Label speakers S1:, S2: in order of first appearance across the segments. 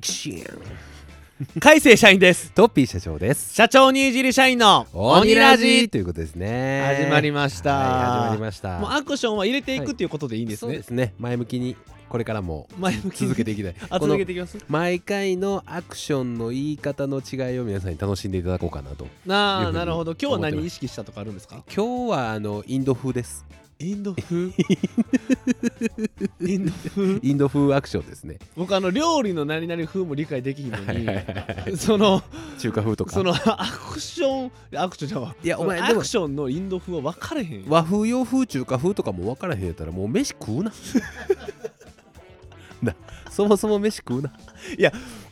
S1: クシー改正社員です
S2: トッピー社長です
S1: 社長にいじり社員の鬼ラジ
S2: ということですね
S1: 始まりました、
S2: はい始まりました
S1: もうアクションは入れていくっていうことでいいんです
S2: そう
S1: ね、
S2: ですね前向きにこれからも
S1: 前向きに
S2: 続けていきたい
S1: あ
S2: この
S1: 続けていきます
S2: 毎回のアクションの言い方の違いを皆さんに楽しんでいただこうかなという
S1: な
S2: ふう
S1: あ
S2: に
S1: なるほど今日は
S2: 思ってま
S1: 何
S2: す
S1: 意識したとかあるんですか
S2: 今日はあのインド風です
S1: インド 風インド風
S2: インド風アクションですね
S1: 僕あの料理の何々風も理解できひんの
S2: はいはいはい
S1: にその
S2: 中華風とか
S1: そのアクションアクションじゃわ
S2: いやお前
S1: ア
S2: でも
S1: クションのインド風は分かれへん
S2: 和風洋風中華風とかも分からへんやったらもう飯食う ななそもそも飯食うな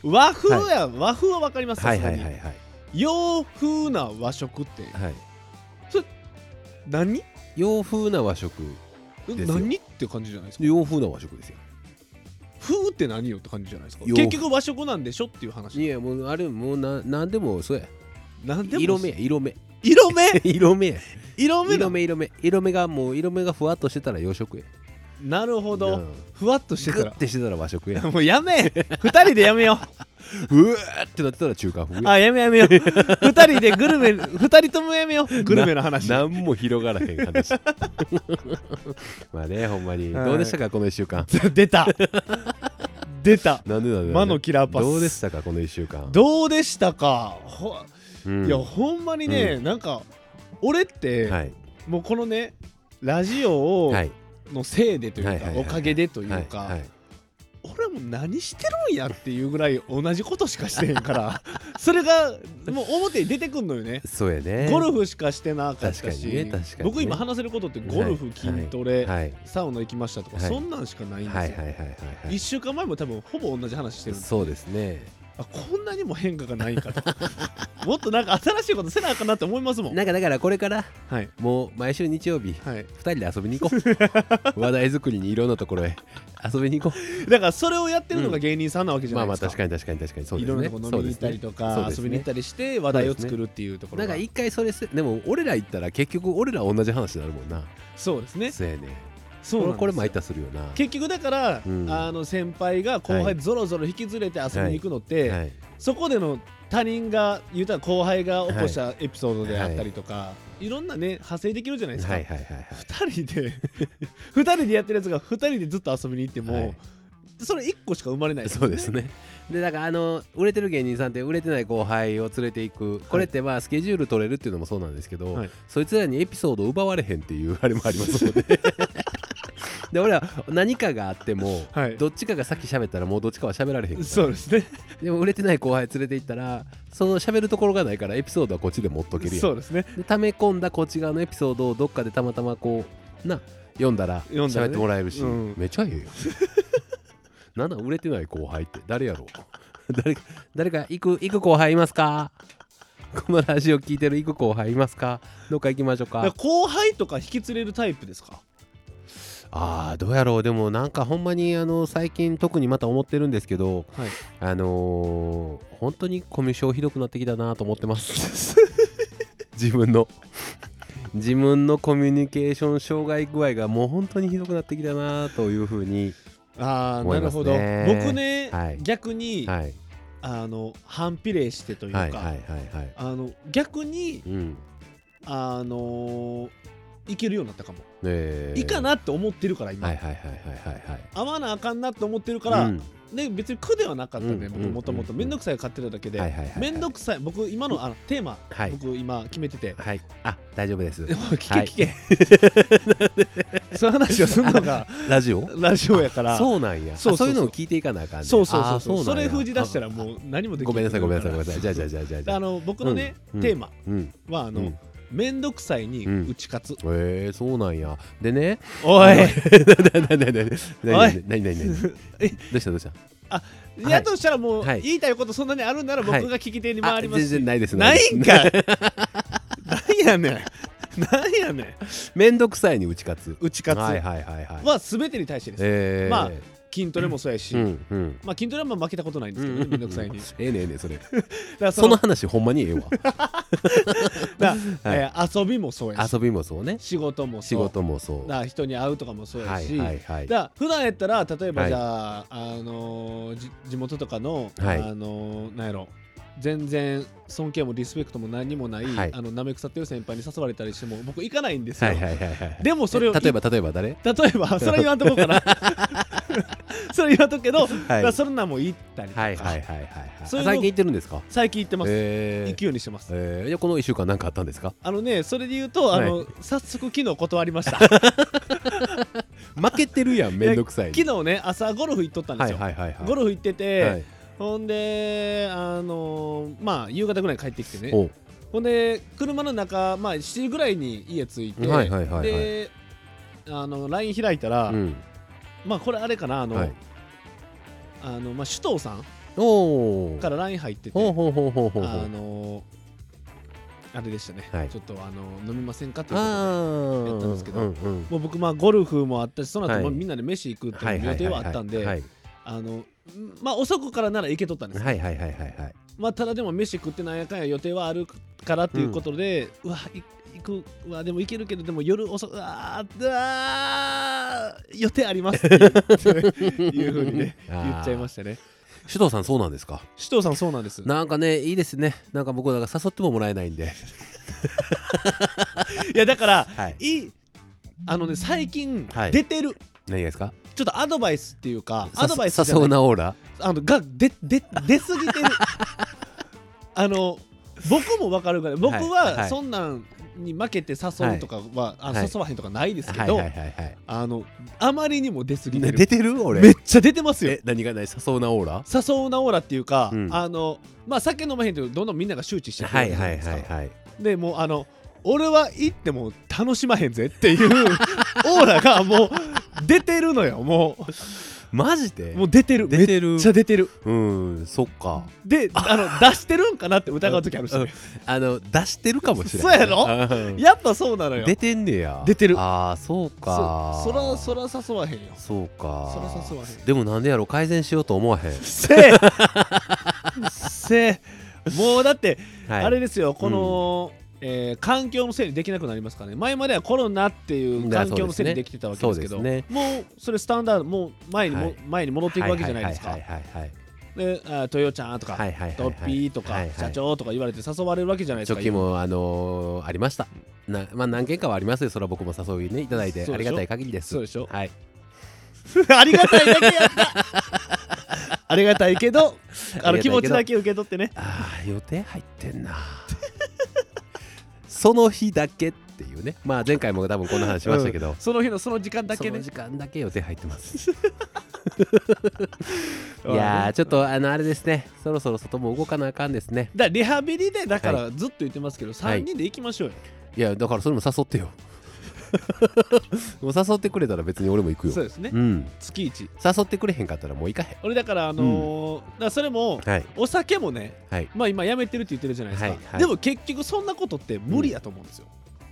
S1: 和風や、和風は分かります
S2: はいはい
S1: さす
S2: は
S1: が
S2: い
S1: に
S2: はい
S1: 洋風な和食って
S2: はい
S1: 何
S2: 洋風な和食すよ
S1: 何って感じじゃないですか
S2: 洋風な和食ですよ
S1: 風って何よって感じじゃないですか
S2: 洋
S1: 結局和食なんでしょっていう話
S2: いやもうあれもうな何でもそうや
S1: なんでも
S2: 色目や色目
S1: 色目
S2: 色目や
S1: 色目だ
S2: 色目色目色目がもう色目がふわっとしてたら洋食や
S1: なるほ
S2: う
S1: ど
S2: ん
S1: ふわっとして
S2: グ
S1: た
S2: ッてしてたら和食 や
S1: らもうやめ二人でやめよ
S2: うわーってなってたら中華風
S1: う
S2: や
S1: あやめやめよう二人でグルメ二人ともやめようグルメの話
S2: 何も広がらへん 話 まあねほんまに
S1: はい
S2: どうでしたかこの1週間
S1: 出た出た
S2: なんでなんでなんで
S1: 魔のキラーパス
S2: どうでしたかこの1週間
S1: どうでしたかほ
S2: うん
S1: いやほんまにね、なんか俺って、
S2: はい
S1: もうこのねラジオを
S2: はい
S1: のせいでというか、
S2: はいはいはいはい
S1: おかげでというか、
S2: はいはい
S1: 俺もう何してるんやっていうぐらい同じことしかしてへんから それがもう表に出てくんのよね。
S2: そうやね
S1: ゴルフしかしてなかった
S2: 確か
S1: し、
S2: にね確かにね
S1: 僕今話せることってゴルフ、
S2: はい
S1: 筋トレ、
S2: はい
S1: サウナ行きましたとか、
S2: はい
S1: そんなんしかないんですよ。
S2: はいはいはいはいは
S1: 1週間前も多分ほぼ同じ話して
S2: い
S1: るんです
S2: そうですね
S1: あこんなにも変化がないんかともっと なんか新しいことせなあかんなって思います もん
S2: なんかだからこれから
S1: はい
S2: もう毎週日曜日
S1: はい
S2: 二人で遊びに行こ う話題作りにいろんなところへ遊びに行こ
S1: だからそれをやってるのが芸人さんなわ
S2: う
S1: けじゃ
S2: ま
S1: な
S2: あ
S1: い
S2: ま
S1: で
S2: あ
S1: すか
S2: 確かに確かに確かにそう
S1: い
S2: です
S1: ろん
S2: ね
S1: なとこ飲みに行ったりとか、遊びに行った
S2: り
S1: りして話題を作るっていうとこ
S2: な
S1: ろ
S2: ん
S1: が
S2: か一回それせでも俺ら行ったら結局俺ら同じ話になるもんな
S1: そうですね
S2: そうやね
S1: そうなんですよ
S2: これ毎回するよな
S1: 結局だから、
S2: うん
S1: あの先輩が後
S2: はい
S1: 輩ぞろぞろ引きずれて遊びに行くのって、
S2: はい
S1: そこでの他人が言うたら後輩が起こしたエピソードであったりとか、い、ろんなね派生できるじゃないですか、
S2: はいはい
S1: 二
S2: はいはい
S1: 人で 二人でやってるやつが二人でずっと遊びに行っても、
S2: はい
S1: それ一個しか生まれない
S2: そうですねでだからあの売れてる芸人さんって売れてない後輩を連れていくこれってまあスケジュール取れるっていうのもそうなんですけど、
S1: はい
S2: そいつらにエピソードを奪われへんっていうあれもありますのでで俺ら何かがあっても、
S1: はい
S2: どっちかがさっき喋ったらもうどっちかは喋られへんから
S1: そうですね
S2: でも売れてない後輩連れて行ったらその喋るところがないからエピソードはこっちで持っとけるやん
S1: そうですね
S2: で溜め込んだこっち側のエピソードをどっかでたまたまこうな読んだら
S1: 読んだら
S2: 喋っ
S1: ね
S2: てもらえるし、
S1: うん
S2: めちゃええよ なんだ売れてない後輩って誰やろう 誰か誰か行く行く後輩いますか このラジオ聞いてる行く後輩いますかどっか行きましょうか
S1: だから後輩とか引き連れるタイプですか
S2: あーどうやろうでもなんかほんまにあの最近特にまた思ってるんですけど
S1: はい
S2: あのー本当にコミュ障ひどくなってきたなと思ってます 自分の自分のコミュニケーション障害具合がもう本当にひどくなってきたなというふうに、
S1: ああ、
S2: 思
S1: ないる
S2: ます
S1: ほ
S2: ね
S1: ど僕ね、
S2: はい
S1: 逆に、
S2: はい、
S1: あの反比例してというか、
S2: はいはいはいはい
S1: あの逆に
S2: うん
S1: あのーいけるようになったかも、
S2: えー
S1: いいかなって思ってるから今、
S2: はいはいはいはいはいはい
S1: 合わなあかんなって思ってるから、
S2: うん
S1: ね、別に苦ではなかったね、
S2: うん
S1: 僕もともと
S2: うん
S1: 面倒くさいを買ってただけで
S2: はいはいはいはい
S1: 面倒くさい僕今のあのテーマ、
S2: はい
S1: 僕今決めてて。
S2: はいあ大丈夫です
S1: でも
S2: は
S1: 聞
S2: い
S1: け聞け、 そういう話をするの が
S2: ラジオ
S1: ラジオやから
S2: そうなんやあ
S1: そ
S2: そうう
S1: そうそう
S2: いうのを聞いていかなあかんね
S1: そうそうそ
S2: あ
S1: う
S2: ー
S1: そう
S2: なんや
S1: それ封じ出したら
S2: あ
S1: もう何もでき
S2: ごめんなさいごめんなさいごめんなさいじゃあじゃあ
S1: あ
S2: じゃあじゃあじゃ
S1: あの僕のね、テーマ
S2: うん
S1: はあの、
S2: うん
S1: 面倒くさいに打ち勝つ、
S2: えー、そうなんやでね
S1: お
S2: な
S1: い
S2: なななななにな
S1: おい
S2: になになになにど
S1: え
S2: うしたどうしたはい
S1: やとしたらもう、
S2: はい
S1: 言いたいことそんなにあるんなら僕
S2: はい
S1: が聞き手に
S2: あ
S1: 回ります
S2: 全
S1: し、
S2: 然ないです
S1: ないん
S2: です
S1: かい なんやねんなんやねん
S2: めんどくさいに打ち勝つ
S1: 打ち勝つ
S2: はい
S1: は
S2: はいはいはい
S1: 全てに対してです、
S2: えー
S1: まあ筋トレもそうやし、
S2: うんうん
S1: まあ、筋トレはまあ負けたことないんですけどね、
S2: え
S1: めんどくさいに。だか
S2: えねええねそれ
S1: ら
S2: そ
S1: そ
S2: の
S1: の
S2: 話ほんまにええわ
S1: だ
S2: はい
S1: えー遊びもそうやし、
S2: 遊びもそうね
S1: 仕事もそう
S2: 仕事もそう
S1: だから人に会うとかもそうや
S2: は
S1: し、
S2: いはいはい
S1: だから普段やったら例え
S2: は
S1: ば
S2: い
S1: じゃあ、あのーじ地元とかの、
S2: はい
S1: あのーなんやろ全然尊敬もリスペクトも何にもない、
S2: はい
S1: あの舐め腐ってる先輩に誘われたりしても僕行かないんですよ、
S2: はいはいはいはい
S1: でもそれを
S2: 例えば例えば誰
S1: 例えば それは言わんとこ うかなそれは言わんとくけど、
S2: はい
S1: まあそんなんも行ったりとか、
S2: はいはいはいはいはい
S1: そういうの
S2: 最近行ってるんですか
S1: 最近行ってます、
S2: え
S1: 行くようにしてます、
S2: えー、いやこの1週間何かあったんですか
S1: あのねそれで言うとあの、
S2: はい
S1: 早速昨日断りました
S2: 負けてるやんめんどくさい
S1: 昨日ね朝ゴルフ行っとったんで
S2: はい
S1: すよ、
S2: はいはいはい
S1: ゴルフ行ってて、
S2: はい
S1: ほんであのーまあ夕方ぐらいに帰ってきてね
S2: お
S1: ほんで車の中、まあ、7時ぐらいに家着いて、
S2: はいはいはいはい
S1: であの LINE 開いたら、
S2: うん
S1: まあこれあれかなあの、
S2: はい
S1: あのまあ、首藤さん
S2: おお
S1: から LINE 入ってて、
S2: ほうほうほうほうほうほ
S1: あ
S2: う
S1: のあれでしたね、
S2: はい
S1: ちょっとあの飲みませんかということで。
S2: ああ
S1: やったんですけど
S2: うんうん
S1: もう僕まあゴルフもあったしその後、
S2: はい
S1: まあみんなで飯行くっていう予定はあったんで、
S2: はい
S1: あのまあ遅くからなら行けとったんですよ
S2: はいはいはいはいはい
S1: まあ、ただでも飯食ってなんやかんや予定はあるからっていうことで、うわい行くうわでも行けるけどでも夜遅くうわーうわー予定ありますっていういうふう にね言っちゃいま
S2: し
S1: したね
S2: た首藤さんそうなんですか
S1: 首藤さんそうなんです
S2: なんかねいいですねなんか僕なんか誘ってももらえないんで
S1: いやだから
S2: はい
S1: いあのね最近
S2: はい
S1: 出てる、
S2: 何がですか
S1: ちょっとアドバイスっていうかアドバイスじゃ
S2: 誘う
S1: ない
S2: なオーラ
S1: あのがでで出すぎてる あの僕も分かるからい僕
S2: はいは
S1: はいそんなんに負けて誘うとかは、あの
S2: はい
S1: 誘わへんとかないですけど、
S2: はいはいはいはい
S1: あのあまりにも出過ぎて
S2: ね
S1: る、
S2: 出てる
S1: め
S2: 俺
S1: っちゃ出てますよ
S2: え何がない誘うなオーラ
S1: 誘うなオーラっていうか、
S2: うん
S1: あのまあ酒飲まへんけどどんどんみんなが周知してく
S2: は
S1: れる
S2: い
S1: じゃ
S2: は
S1: ない
S2: い
S1: ですか
S2: はいはい
S1: でもうあの俺は行っても楽しまへんぜっていう オーラがもう出てるのよも
S2: マジで
S1: うもう出てる
S2: 出てる
S1: めっちゃ出てる
S2: うんそっか
S1: で あの出してるんかなって疑う時あるし、
S2: うんあの出してるかもしれん
S1: そうやろ
S2: うん
S1: やっぱそうなのよ
S2: 出てんねや
S1: 出てる
S2: ああそうか
S1: そそらそら誘わへんよ
S2: そうか
S1: そら誘わへん
S2: でもなんでやろ改善しようと思わへん
S1: せえせえもうだって
S2: はい
S1: あれですよ、この、えー環境のせいにできなくなりますからね、前まではコロナっていう環境のせいにできてたわけですけど、
S2: そうです
S1: もうそれスタンダード、もう前にも、
S2: はい
S1: 前に戻っていくわけじゃないです
S2: は
S1: か
S2: い。はいはい
S1: で、あートヨちゃんとか、
S2: はいはいはい
S1: トッピーとか、
S2: はいはい
S1: 社長とか言われて誘われるわけじゃないです
S2: 初
S1: か。
S2: 期もあのーありましたなまあ何件かはありますよそら僕も誘いねいただいて
S1: そうでし
S2: あり
S1: ょ
S2: がたい限りです
S1: そうでしょ
S2: はい
S1: ありがたいだけやった。 ありがた いけど、あの
S2: ありがたいけど
S1: 気持ちだけ受け取ってね。
S2: あー予定入ってんな その日だけっていうねまあ前回も多分こんな話しましたけど、
S1: うんその日のその時間だけ
S2: その
S1: ね。
S2: 時間だけ予定入ってます い
S1: うん
S2: やーちょっとあのあれですねそろそろ外も動かなあかんですね
S1: だからリハビリでだからずっと言ってますけど、
S2: はい
S1: 3人で行きましょうよ。
S2: いやだからそれも誘ってよ もう誘ってくれたら別に俺も行くよ
S1: そうですね。
S2: うん
S1: 月一。
S2: 誘ってくれへんかったらもう行かへん
S1: 俺だからあのーだからそれも
S2: はい
S1: お酒もね
S2: はい
S1: まあ今やめてるって言ってるじゃないですか、
S2: はいはい
S1: でも結局そんなことって無理やと思うんですよ、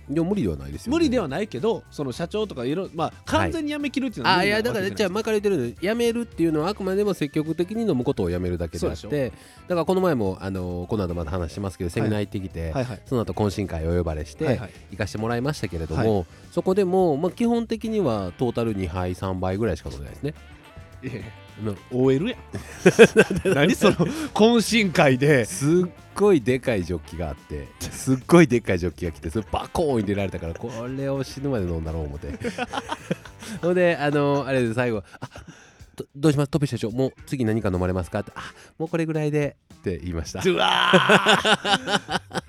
S2: でも無理ではないですよ
S1: 無理では
S2: ない
S1: ないけどその社長とかいろまあ完全にやめきるっていうのは
S2: あー
S1: 無
S2: い
S1: 理な
S2: や
S1: わけ
S2: だから
S1: じ
S2: じゃあ
S1: ゃない
S2: 前から言ってるのやめるっていうのはあくまでも積極的に飲むことをやめるだけであっ
S1: そ
S2: て
S1: う
S2: だからこの前もあのーこの後また話しますけどセミナー行ってきて、
S1: はいはい
S2: その後懇親会お呼ばれして、
S1: はいはい
S2: 行かしてもらいましたけれども、そこでも、まあ、基本的にはトータル2杯3杯ぐらいしか飲んでないですね。
S1: いやいや
S2: うん
S1: OL やん何 その懇親会です
S2: っごいでかいジョッキがあってすっごいでっかいジョッキが来てそれバコーン入れられたからこれを死ぬまで飲んだろう 思ってほんであのあれで最後「あどどうしますトペ社長もう次何か飲まれますか?」って「あもうこれぐらいで」って言いました
S1: うわ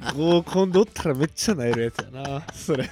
S1: ー合コンでおったらめっちゃなえるやつやなそれ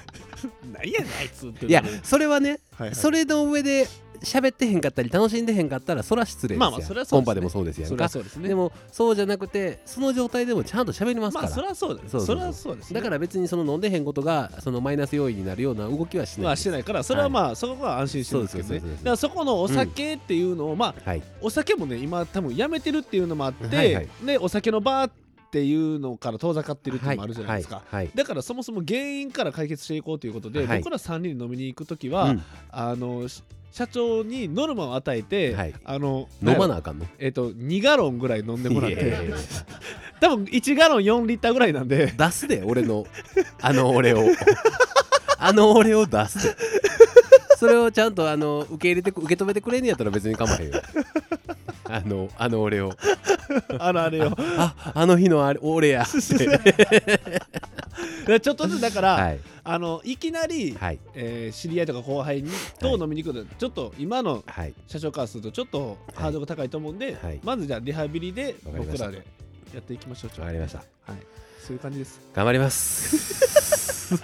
S1: 何やねんあいつって
S2: いや
S1: なる
S2: それはね
S1: はいはい
S2: それの上で喋ってへんかったり楽しんでへんかったらそら失礼ですやん
S1: まあまあそれは
S2: コ
S1: そう
S2: ン
S1: ですね
S2: パでもそうですや
S1: そ
S2: ん
S1: りゃ
S2: か
S1: そうですね
S2: でもそうじゃなくてその状態でもちゃんと喋りますか
S1: まあ
S2: ら、
S1: そりゃそうだ
S2: そうそうそう
S1: そりゃそうですね
S2: だから別にその飲んでへんことがそのマイナス要因になるような動きはしない
S1: まあしてないからそれはまあ、そこは安心してるんですけど
S2: そうで
S1: ね
S2: すそうですそうです
S1: だからそこのお酒っていうのを、まあ
S2: はい
S1: お酒もね今多分やめてるっていうのもあって、
S2: はいはい
S1: ねお酒のバーっていうのから遠ざかってるっていうのもあるじゃないですか、
S2: はい。
S1: だからそもそも原因から解決していこうということで、
S2: はい
S1: 僕ら3人で飲みに行く時
S2: は
S1: は、
S2: いうん
S1: あのし社長にノルマを与えて、
S2: はい
S1: あの
S2: 飲ま
S1: なんやろ
S2: なあかんの。
S1: えっ、と2ガロンぐらい飲んでもらっ
S2: いやいやい
S1: て
S2: や
S1: 多分1ガロン4リッターぐらいなんで
S2: 出すで、俺の、 あの俺を。あの俺を出すで。それをちゃんとあの受け入れてく受け止めてくれんのやったら別に構わへん よ。あのあの俺を。
S1: あのあれよ
S2: ああの日のあれ俺 や。
S1: ちょっとずつだから、
S2: はい
S1: あのいきなり、
S2: はい
S1: えー知り合いとか後輩にと飲みに行くのはちょっと今の
S2: はい。
S1: 社長からするとちょっとハードルが高いと思うんで、
S2: はい
S1: まずじゃあリハビリで
S2: わかりま
S1: 僕
S2: した
S1: らでやっていきましょう
S2: わかりました。
S1: はい、そういう感じです
S2: 頑張り ます。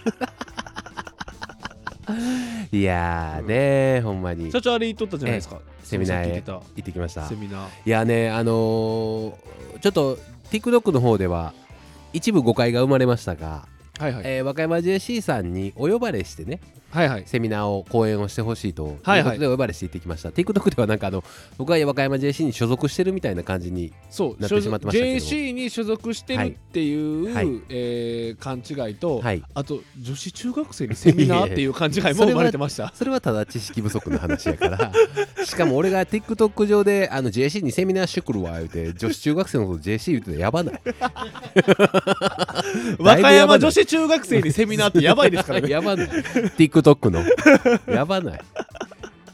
S2: いやーねーほんまに
S1: 社長あれ言っとったじゃないですか
S2: セミナーへ
S1: 聞いてた
S2: 行ってきました
S1: セ。ミナー
S2: いやね、あのーちょっと TikTok の方では一部誤解が生まれましたが、
S1: はいはい、
S2: えー和歌山 JC さんにお呼ばれしてね
S1: はいはい
S2: セミナーを講演をしてほしいという
S1: はい
S2: ことでお呼ばれして行ってきました、TikTok ではなんかあの僕は和歌山 JC に所属してるみたいな感じに
S1: そう
S2: なってしまってましたけど
S1: JC に所属してるっていう、
S2: はいはい
S1: えー勘違いと、
S2: はい
S1: あと女子中学生にセミナーっていう勘違いも生まれてました
S2: それはただ知識不足の話やから しかも俺が TikTok 上であの JC にセミナーしてくるわ言うて女子中学生のこと JC 言うてたらやばない
S1: 和歌山女
S2: 子
S1: 子中学生にセミナーってやばいですからね
S2: やば ない TikTok のやばない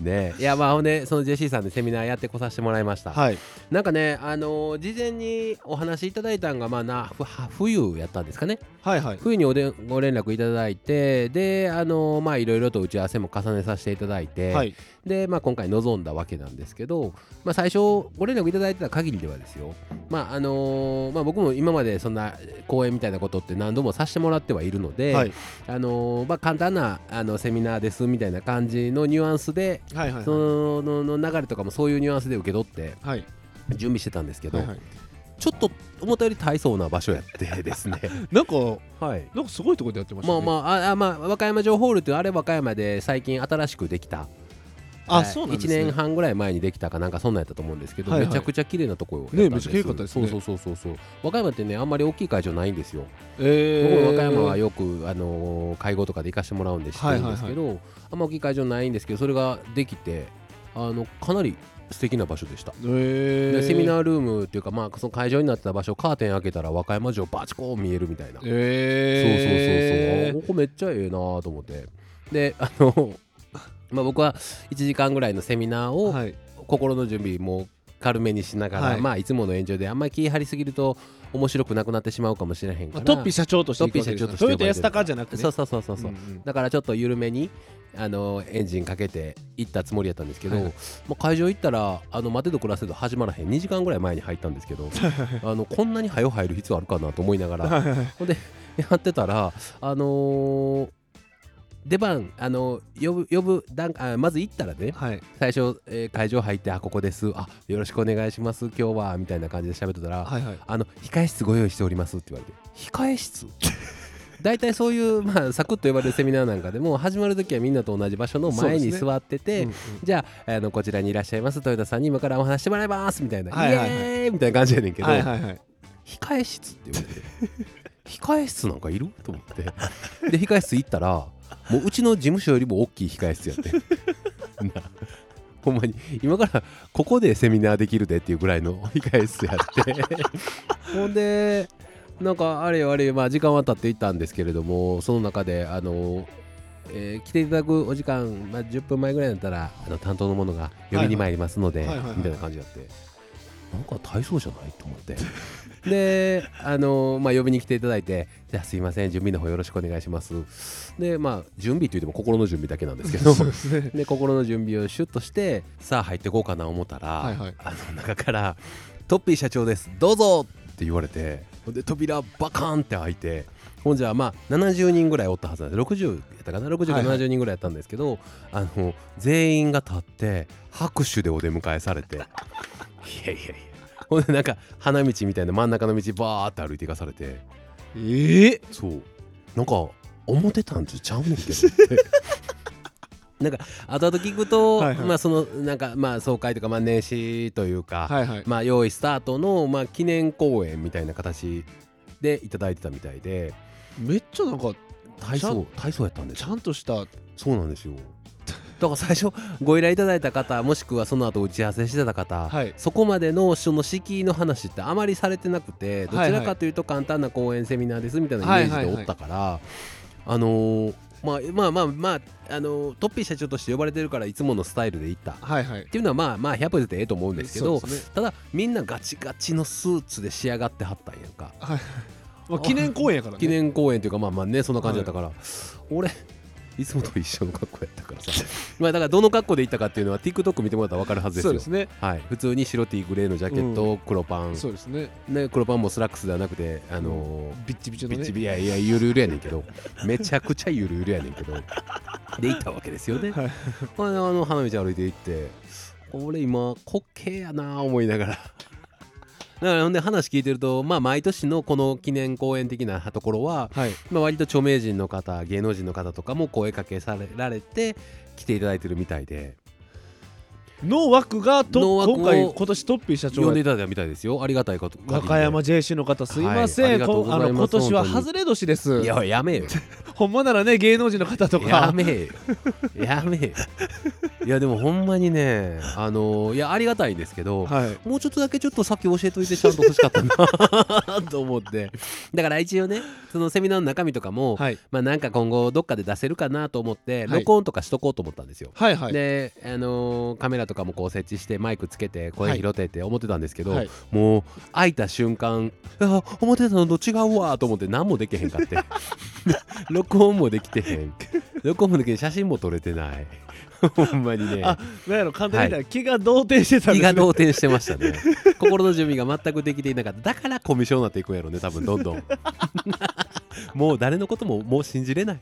S2: ねえいやまあほんでその JC さんでセミナーやってこさせてもらいました、
S1: はい
S2: なんかねあのー事前にお話いただいたんがまあなふは冬やったんですかね
S1: はいはい
S2: 冬におでご連絡いただいてであのーまあいろいろと打ち合わせも重ねさせていただいて、
S1: はい
S2: で、まあ、今回臨んだわけなんですけど、まあ、最初ご連絡いただいてた限りではですよ、まああのーまあ、僕も今までそんな講演みたいなことって何度もさせてもらってはいるので、
S1: はい
S2: あのーまあ、簡単なあのセミナーですみたいな感じのニュアンスで、
S1: はいはい
S2: そののの流れとかもそういうニュアンスで受け取って
S1: はい
S2: 準備してたんですけど、
S1: はいはい
S2: ちょっと思ったより大層な場所やってです ね。
S1: なんか
S2: はい
S1: なんかすごいところでやってまし
S2: ま
S1: たね
S2: あまあ、ああまあ、和歌山城ホールというあれ和歌山で最近新しくできた
S1: あ
S2: はい
S1: そうなんです
S2: 1年
S1: ね
S2: 半ぐらい前にできたかなんかそんなんやったと思うんですけど、
S1: はいはい
S2: めちゃくちゃ綺麗なところ
S1: ねめっちゃ綺麗かったですね
S2: そうそうそうそうそう和歌山ってねあんまり大きい会場ないんですよ、僕
S1: え
S2: も
S1: ー
S2: 和歌山はよく、あのー会合とかで行かしてもらうんで知ってるんですけど、あんま大きい会場ないんですけどそれができてあのかなり素敵な場所でした
S1: え
S2: でセミ
S1: ー
S2: ナールームっていうか、まあ、その会場になってた場所カーテン開けたら和歌山城バチコーン見えるみたいなそ
S1: えー
S2: うそうそうそうあここめっちゃええなと思ってであの まあ僕は1時間ぐらいのセミナーを
S1: はい
S2: 心の準備も軽めにしながら、
S1: はい
S2: い、まあいつもの演上であんまり気張りすぎると面白くなくなってしまうかもしれへんか
S1: まあ
S2: ら
S1: トッピー社長として行くわけです
S2: トッピー社
S1: ね
S2: 長として
S1: トヨタ安高じゃなくてね
S2: そうそうそうそうそう、
S1: うんうん
S2: だからちょっと緩めにあのエンジンかけて行ったつもりやったんですけど、
S1: はいはい
S2: まあ、会場行ったらあの待てど暮らせど始まらへん2時間ぐらい前に入ったんですけ どあのこんなに早う入る必要あるかなと思いながら
S1: はいはいはい
S2: ほんでやってたらあのー出番あの呼ぶ呼ぶ段あまず行ったらね
S1: はい
S2: 最初、えー会場入って「あここですあよろしくお願いします今日は」みたいな感じで喋ってたら「
S1: はいはい
S2: あの控え室ご用意しております」って言われて「控え室? 」 大体そういう、まあ、サクッと呼ばれるセミナーなんかでも始まる時はみんなと同じ場所の前
S1: そう
S2: に
S1: ですね
S2: 座ってて、
S1: うんうん
S2: じゃああのこちらにいらっしゃいます豊田さんに今からお話ししてもらいますみたいな「
S1: はいはいはい
S2: イエーイ!」みたいな感じやねんけど、
S1: はいはいはい
S2: 控え室って言われて控え室なんかいると思ってで控え室行ったらもううちの事務所よりも大きい控え室やってなほんまに今からここでセミナーできるでっていうぐらいの 控え室やってほんでなんかあれよあれよまあ時間は経っていったんですけれどもその中であのえー来ていただくお時間、まあ、10分前ぐらいだったらあの担当の者が呼びに参りますので、
S1: はいはいはいはいはい
S2: みたいな感じだってなんか大層じゃないと思って であのまあ呼びに来ていただいて「じゃあすいません準備の方よろしくお願いします」でまあ準備といっても心の準備だけなんですけど
S1: そうですね
S2: で心の準備をシュッとしてさあ入ってこうかな思ったら、
S1: はいはい
S2: あの中から「トッピー社長ですどうぞ!」って言われてほんで扉バカーンって開いてほんじゃまあ70人ぐらいおったはずなんです60やったかな60か
S1: はいはい
S2: 70人ぐらいやったんですけど、あの全員が立って拍手でお出迎えされていやいやいやほんでなんか花道みたいな真ん中の道バーって歩いていかされて。
S1: ええ
S2: そうなんか思ってたんとちゃうねんけどって なんか後々聞くと
S1: はいはい
S2: まあそのなんかまあ総会とかまあ年始というか、
S1: はいはい
S2: まあ用意スタートのまあ記念公演みたいな形でいただいてたみたいで
S1: めっちゃなんか
S2: 体
S1: ちゃん
S2: 操体操やったんです
S1: ち
S2: よ
S1: ゃんとした
S2: そうなんですよ だから最初ご依頼いただいた方もしくはその後打ち合わせしてた方、
S1: はい
S2: そこまでのその敷居の話ってあまりされてなくてどちらかというと簡単な講演セミナーですみたいなイメージでおったから、あのーまあまあまあまあ、あのートッピー社長として呼ばれてるからいつものスタイルで行ったっ
S1: はいはい
S2: ていうのはまあまあ100歩出てええと思うんですけど
S1: そうですね
S2: ただみんなガチガチのスーツで仕上がってはったんやんか
S1: はいまあ記念公演やからね
S2: 記念公演というかまあまあねそんな感じだったから、俺いつもと一緒の格好やったからさ まあだからどの格好で行ったかっていうのは TikTok 見てもらったら分かるはずです
S1: そう
S2: よ
S1: ですね
S2: はい、普通に白 T グレーのジャケット、黒パン、
S1: そうですね
S2: ね、黒パンもスラックスではなくてあのー
S1: ビッチビチの
S2: ビッチ
S1: ね
S2: ビいやいやゆるゆるやねんけどめちゃくちゃゆるゆるやねんけ どで行ったわけですよね、
S1: はい
S2: まああの花道歩いて行って俺今滑稽やな思いながらだ からほんで話聞いてるとまあ毎年のこの記念公演的なところは、
S1: はい
S2: まあ、割と著名人の方芸能人の方とかも声かけされられて来ていただいてるみたいで
S1: の枠がと
S2: の枠を
S1: 今回今年トッピー社長
S2: 呼んで
S1: が
S2: いただいたみたいですよありがたいこと
S1: 和歌山 JC の方すいません、
S2: はいありがとうございます
S1: この今年は
S2: 本当に
S1: 外れ年です
S2: いややめよ
S1: ほんまならね芸能人の方 と
S2: や
S1: か
S2: めえよやめえよいやでもほんまにねあのいやありがたいんですけど、
S1: はい
S2: もうちょっとだけちょっとさっき教えといてちゃんと欲しかったな と思ってだから一応ねそのセミナーの中身とかも、
S1: はい
S2: まあなんか今後どっかで出せるかなと思って
S1: はい
S2: 録音とかしとこうと思ったんですよ、
S1: はいはい
S2: で、あのーカメラとかもこう設置してマイクつけて声拾ってって思ってたんですけど、
S1: はい
S2: もう開いた瞬間あ思ってたのと違うわと思って何もできへんか って録音もできてへん録音もできて写真も撮れてない ほんまにね
S1: あなんやろ簡単に言ったら気が動転してたんで
S2: 気
S1: す
S2: が
S1: ね
S2: 動転してました ね心の準備が全くできていなかっただからコミュ障になっていくんやろうね多分どんどんもう誰のことももう信じれない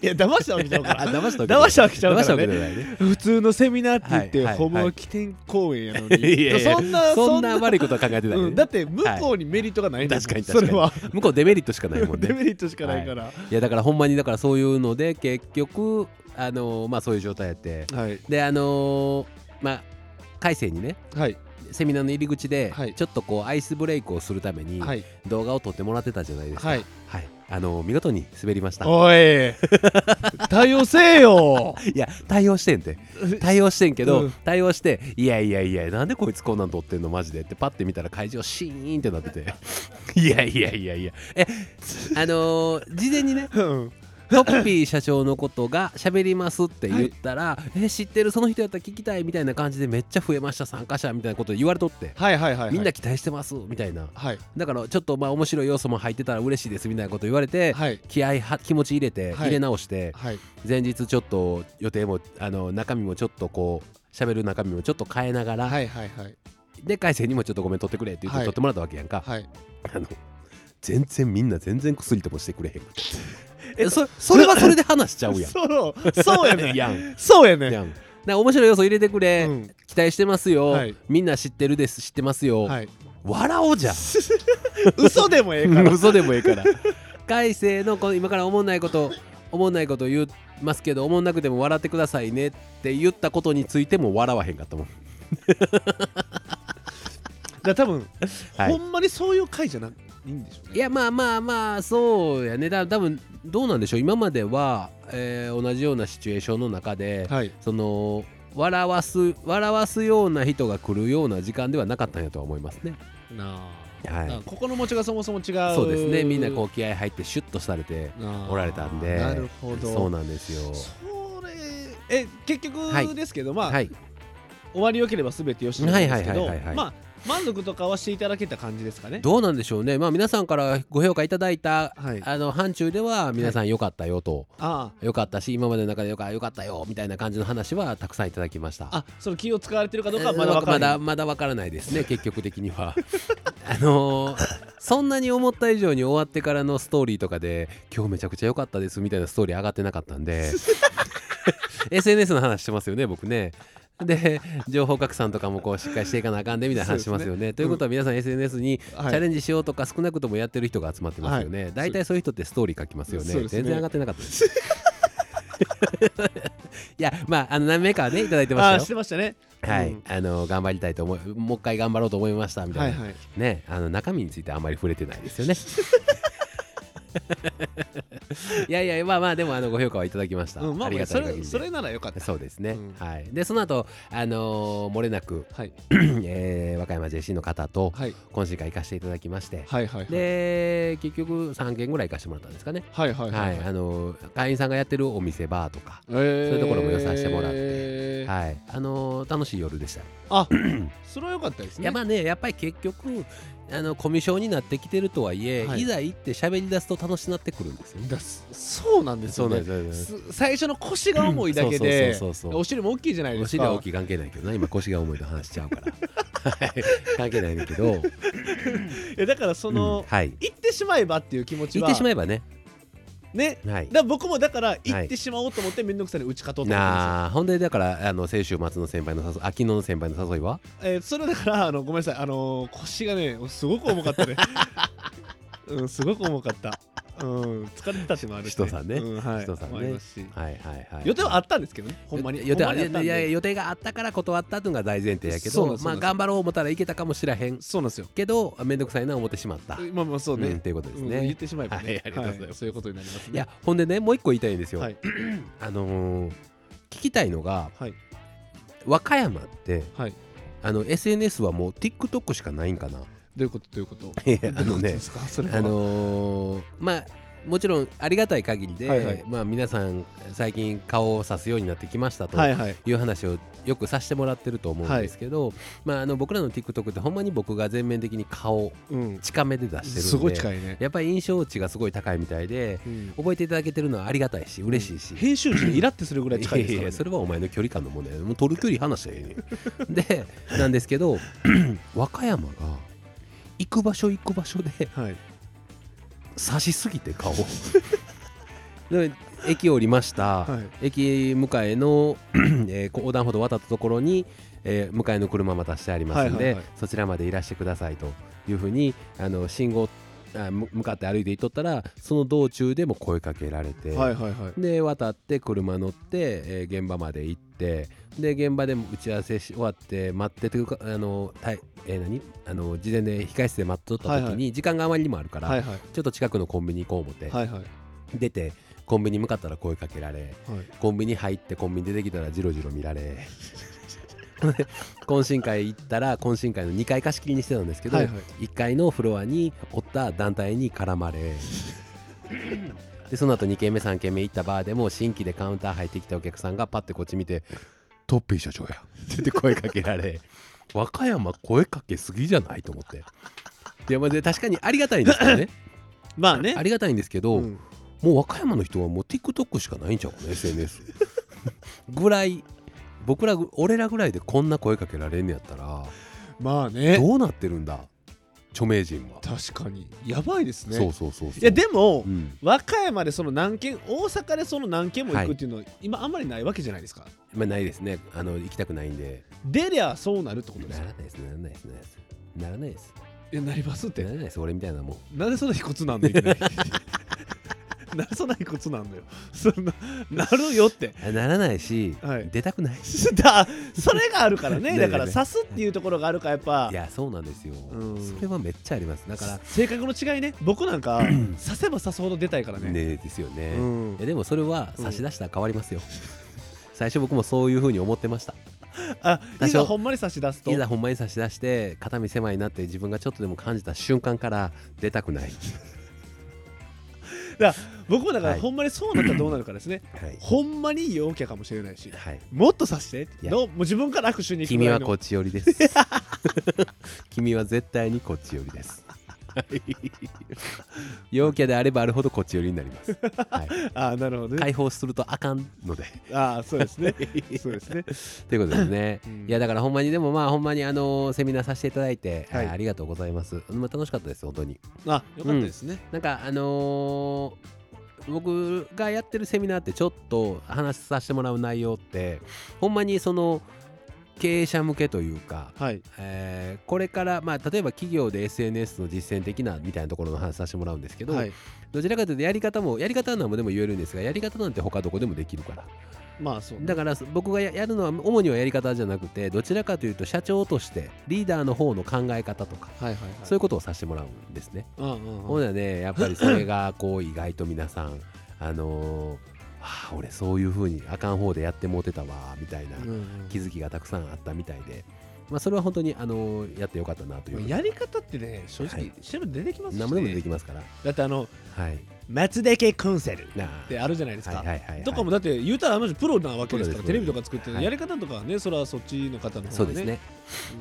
S1: いや騙したわけちゃうか
S2: あ
S1: ら
S2: 騙したわけじゃ ない
S1: 騙したわけちゃう
S2: 騙
S1: か
S2: した
S1: ら
S2: わけじゃ
S1: ね
S2: ないね
S1: 普通のセミナーって言って、
S2: はいはい
S1: ほんま
S2: は
S1: はい起点公演や の
S2: いや
S1: に
S2: いや
S1: そんな
S2: そんな悪いことは考えてない、ね
S1: うん、だって向こうにメリットがないんだもん、
S2: 確かに確
S1: そ
S2: かに
S1: れは
S2: 向こうデメリットしかないもん
S1: デ
S2: ね
S1: メリットしかないからはい
S2: やだからほんまにだからそういうので結局あのーまあそういう状態やって
S1: いはい
S2: であのーまあ改正にね
S1: はい
S2: セミナーの入り口で、
S1: はい
S2: ちょっとこうアイスブレイクをするために
S1: はい、
S2: 動画を撮ってもらってたじゃないですかはい、あのー見事に滑りました
S1: おい対応せえよ
S2: いや対応してんて 対応してんけど、
S1: うん
S2: 対応していやいやいやなんでこいつこんなん撮ってんのマジでってパッて見たら会場シーンってなってて いやいやいやいやえあのー事前にね
S1: うん
S2: トッピー社長のことが喋りますって言ったら、え知ってるその人やったら聞きたいみたいな感じでめっちゃ増えました参加者みたいなこと言われとって、
S1: はいはいはいはい
S2: みんな期待してますみたいな
S1: はい
S2: だからちょっとまあ面白い要素も入ってたら嬉しいですみたいなこと言われて、
S1: はい
S2: 気合は気持ち入れて、
S1: はい
S2: 入れ直して
S1: はい
S2: 前日ちょっと予定もあの中身もちょっとこう喋る中身もちょっと変えながら、
S1: はいはいはい
S2: で海鮮にもちょっとごめん撮ってくれって言っ
S1: は
S2: て
S1: い
S2: 撮ってもらったわけやんか、
S1: はい
S2: あの全然みんな全然薬ともしてくれへんえそそれはそれで話しちゃうやん
S1: そうそうやね ん
S2: や ん。
S1: そうやねん
S2: やん。だから面白い要素入れてくれ、
S1: うん
S2: 期待してますよ、
S1: はい
S2: みんな知ってるです知ってますよ、
S1: はい
S2: 笑おうじゃん
S1: 嘘でもえ えから
S2: 嘘でもええから海星のこの今から思んないこと思んないこと言いますけど思んなくても笑ってくださいねって言ったことについても笑わへんかったもん、
S1: だから多分、
S2: はい
S1: ほんまにそういう回じゃないんでしょうね
S2: いやまあまあまあそうやねだ多分どうなんでしょう今までは、えー同じようなシチュエーションの中で、
S1: はい
S2: その笑わす笑わすような人が来るような時間ではなかったんやとは思いますね
S1: なあ、
S2: はい
S1: なあここの持ちがそもそも違う
S2: そうですねみんなこう気合入ってシュッとされておられたんで
S1: なるほど
S2: そうなんですよ
S1: それえ結
S2: はい
S1: 局ですけど、まあ、
S2: はい
S1: 終わりよければ全てよしなんですけど
S2: はいはいはいはいはい
S1: まあ満足とかはしていただけた感じですかね
S2: どうなんでしょうねまあ皆さんからご評価いただいた
S1: はい
S2: あの範疇では皆さん良かったよと
S1: あ
S2: 良かったし今までの中で良か良かったよみたいな感じの話はたくさんいただきました
S1: ああその気を使われてるかどうかは
S2: えー
S1: まだわ
S2: ま
S1: からな
S2: だ
S1: い、
S2: まだわからないですね 結局的には あのーそんなに思った以上に終わってからのストーリーとかで今日めちゃくちゃ良かったですみたいなストーリー上がってなかったん で SNS の話してますよね僕ねで情報拡散とかもこうしっかりしていかなあかんでみたいな話しますよねということは皆さん SNS にチ
S1: はい
S2: ャレンジしようとか少なくともやってる人が集まってますよね、
S1: はい
S2: 大体そういう人ってストーリー書きますよね
S1: そうですね
S2: 全然上がってなかったですいやまああの何名かはねいただいて
S1: あ
S2: ま
S1: ー
S2: し
S1: したてましたね
S2: よはい、
S1: うん
S2: あの頑張りたいと思いもう一回頑張ろうと思いましたみた
S1: はいい
S2: な、
S1: はい
S2: ねあの中身についてあんまり触れてないです よねいやいやまあまあでもあのご評価はいただきました、
S1: うんま
S2: あ
S1: あ
S2: り
S1: ま
S2: が
S1: あ
S2: た
S1: そ
S2: い限り
S1: れ
S2: で
S1: それならよかった
S2: そうですね、
S1: うん
S2: はいでその後あのー漏れなく、
S1: はい
S2: えー和歌山 JC の方と
S1: はい
S2: 懇親会行かせていただきまして、
S1: はいはいはい
S2: で結局3軒ぐらい行かせてもらったんですかね
S1: はいはい
S2: は、
S1: はいい
S2: あの会員さんがやってるお店バーとか、
S1: そうい
S2: そういうところも良さしてもらって
S1: て
S2: はい、あの楽しい夜でした、
S1: あそれは良かったです
S2: い
S1: ね
S2: やまあねやっぱり結局あのコミュ障になってきてるとはいえ、、
S1: はいい
S2: ざ行って喋り出すと楽しくなってくるんですよね
S1: だそそうなんですよね
S2: です
S1: す最初の腰が重いだけで
S2: そうそうそうそう
S1: お尻も大きいじゃない
S2: お
S1: です
S2: 尻
S1: か
S2: は大きい関係ないけどな今腰が重いと話しちゃうから はい関係ないんだけど
S1: いやだから その、
S2: うんはい
S1: 行ってしまえばっていう気持ち
S2: 行っ
S1: は
S2: てしまえばね
S1: ね
S2: はい
S1: だから僕もだから行ってしまおうと思って面倒くさいに打ち勝とうと思ったん
S2: なあほんでだからあの先週末の先輩の誘い秋野の先輩の誘いは
S1: ですよ、えーそれだからあのごめんなさいあのー腰がねすごく重かった ねうんすごく重かったうん疲れてたしもあるし、
S2: 人さんね
S1: うんはい、
S2: 人さんね
S1: もありますし
S2: はいはいはい
S1: 予定はあったんですけどねほんまに
S2: 予定
S1: ほ
S2: あ
S1: んまに
S2: れ
S1: あったん
S2: い
S1: で
S2: やいや予定があったから断ったというのが大前提やけ
S1: そうな
S2: ど
S1: んです
S2: まあ
S1: そうなんです
S2: 頑張ろう思ったらいけたかもしらへん
S1: そうなんですよ
S2: けどめんどくさいな思ってしまった
S1: まあまあそうね、
S2: うんっていうことですね
S1: うん言ってしまえばね、
S2: はいありがとうございます
S1: そういうことになりますね
S2: いやほんでねもう一個言いたいんですよ、
S1: はい
S2: あのー聞きたいのが
S1: はい
S2: 和歌山って
S1: はいど
S2: あの SNS はもう TikTok しかないんかな
S1: ういうことどういうこと
S2: いやあの
S1: どういうこと
S2: ね
S1: ですかそれは
S2: あのーまあもちろんありがたい限りで、
S1: はいはい
S2: まあ、皆さん最近顔をさすようになってきましたと
S1: はいはい
S2: いう話をよくさせてもらってると思うんですけど、まあ、あの僕らの TikTok ってほんまに僕が全面的に顔
S1: うん
S2: 近めで出してるんです
S1: ごい近いね、
S2: やっぱり印象値がすごい高いみたいで
S1: うん
S2: 覚えていただけてるのはありがたいし嬉しいし、
S1: 編集時にイラってするぐらい近いです
S2: い
S1: か
S2: やい
S1: ら、
S2: や
S1: ね
S2: そ、れはお前の距離感の問題もう取る距離離したらええねんでなんですけど 和歌山が行く場所行く場所で
S1: はい
S2: 差しすぎて顔 で駅降りました、
S1: はい
S2: 駅向かいの、 えーこう横断歩道渡ったところに、えー向かいの車またしてありますので、
S1: はいはいはい
S2: そちらまでいらしてくださいというふうにあの信号あむ向かって歩いていっとったらその道中でも声かけられて、
S1: はいはいはい
S2: で渡って車乗って、えー現場まで行ってで現場でも打ち合わせし終わって待ってというかあのたいえー何あの事前で控室で待っとった時に、
S1: はいは
S2: 時間があまりにもあるから、
S1: はいはい
S2: ちょっと近くのコンビニ行こう思って、
S1: はいはい
S2: 出てコンビニ向かったら声かけられ
S1: はい
S2: コンビニ入ってコンビニ出てきたらジロジロ見 られ懇親会行ったら懇親会の2階貸し切りにしてたんですけど、
S1: はいはい
S2: 1階のフロアにおった団体に絡ま れでその後2軒目3軒目行ったバーでも新規でカウンター入ってきたお客さんがパッてこっち見て「トッピー社長や」って言って声かけら れ和歌山声かけすぎじゃないと思って。いやまあで確かにありがたいんですけ どね
S1: まあね
S2: ありがたいんですけど、
S1: うん
S2: もう和歌山の人はもう TikTok しかないんちゃうかな SNS ぐらい僕らぐ俺らぐらいでこんな声かけられんのやったら
S1: まあね
S2: どうなってるんだ著名人は、
S1: 確かにやばいですね
S2: そうそうそうそう
S1: いやでも、
S2: うん
S1: 和歌山でその何軒大阪でその何軒も行くっていうのは、今あんまりないわけじゃないですか
S2: まあ、ないですねあの行きたくないんで
S1: 出りゃそうなるってことで
S2: な
S1: す
S2: ら
S1: よ
S2: ないですならないですならないです
S1: いやなりますっ
S2: な
S1: て
S2: らないです俺みたいなもん
S1: なんでそんな卑骨なんだよ いきなりなんでそんな卑骨なんだよそんななるよって
S2: あならないし、
S1: はい
S2: 出たくない
S1: だそれがあるからね
S2: ね
S1: だから刺すっていうところがあるからやっぱ
S2: いやそうなんですよ、
S1: うん
S2: それはめっちゃありますだか
S1: 性格の違いね僕なん か刺せば刺すほど出たいから
S2: ら
S1: ね
S2: ねですよね、
S1: うん
S2: いやでもそれは差し出したら変わりますよ、最初僕もそういうふうに思ってました
S1: あ
S2: 多
S1: い
S2: 少
S1: ざほんまに差し出すと
S2: いざほんまに差し出して肩身狭いなって自分がちょっとでも感じた瞬間から出たくない、
S1: 僕もだか
S2: は
S1: ら
S2: い
S1: ほんまにそうなったらどうなるかですね、
S2: はい
S1: ほんまに陽キャかもしれないし
S2: はい、
S1: もっと刺して
S2: いや
S1: どうもう自分から握手に行くぐ
S2: 君
S1: らい
S2: は
S1: の
S2: こっち寄りです 君は絶対にこっち寄りですはい陽キャであればあるほどこっち寄りになります、 は
S1: ああなるほど
S2: い、
S1: ね、
S2: 解放するとあかんので
S1: ああそうで すねそうですね
S2: ということですね、
S1: うん
S2: いやだからほんまにでもまあほんまにあのセミナーさせていただいて、
S1: はい
S2: あありがとうございます、まあ、楽しかったです本当に
S1: あよかったですね、
S2: なんかあのー僕がやってるセミナーってちょっと話させてもらう内容ってほんまにその経営者向けというか、
S1: はい
S2: えーこれから、まあ、例えば企業で SNS の実践的なみたいなところの話させてもらうんですけど、
S1: はい
S2: どちらかというとやり方もやり方なんもでも言えるんですがやり方なんて他どこでもできるから
S1: まあそうね
S2: だからそ僕がややるのは主にはやり方じゃなくてどちらかというと社長としてリーダーの方の考え方とか
S1: はいはいはい
S2: そういうことをさせてもらうんですね。
S1: うんうん
S2: ほ
S1: うんん
S2: ならねやっぱりそれが こう意外と皆さんあのーあー俺そういう風にあかん方でやってもうてたわみたいな
S1: うんうん
S2: 気づきがたくさんあったみたいで、まあ、それは本当にあのーやってよかったなという
S1: やり方ってね正
S2: は
S1: 直
S2: い
S1: 調べ出てきますしね
S2: 何もでもできますから
S1: だってあの
S2: はい
S1: 松だけコンセルっ
S2: なあ
S1: てあるじゃないですか
S2: はいはいはいはい
S1: とかもだって言うたらあの人プロなわけですから
S2: プ
S1: テ
S2: ロ
S1: レ
S2: です
S1: ビとか作ってる
S2: はい
S1: やり方とかはねそれはそっちの方の
S2: そ
S1: 方
S2: う
S1: が
S2: です
S1: ね
S2: ね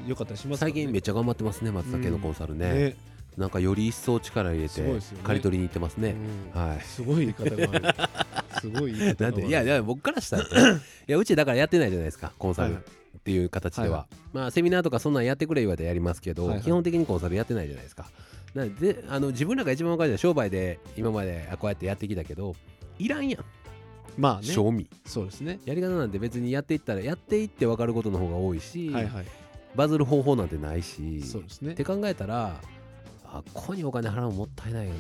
S1: よかったりしますから
S2: 最
S1: ね
S2: 近めっちゃ頑張ってますね松茸のコンサルね,、
S1: ね
S2: なんかより一層力入れて
S1: すごいですよね
S2: 刈り取りに行ってますね、
S1: うん
S2: はい
S1: すごい言い方があるすごい言い方
S2: だっ
S1: がある
S2: ていやいや僕からしたら いやうちだからやってないじゃないですかコンサル
S1: はい
S2: っていう形では、
S1: はいは
S2: まあセミナーとかそんなんやってくれ言われてやりますけど、
S1: はいはい
S2: 基本的にコンサルやってないじゃないですかなんでであの自分らが一番分かるのは商売で今まであこうやってやってきたけどいらんやん、
S1: まあね
S2: 賞味
S1: そうですね
S2: やり方なんて別にやっていったらやっていって分かることの方が多いし、
S1: はいはい
S2: バズる方法なんてないし
S1: そうですね
S2: って考えたらあここにお金払うのもったいないよね、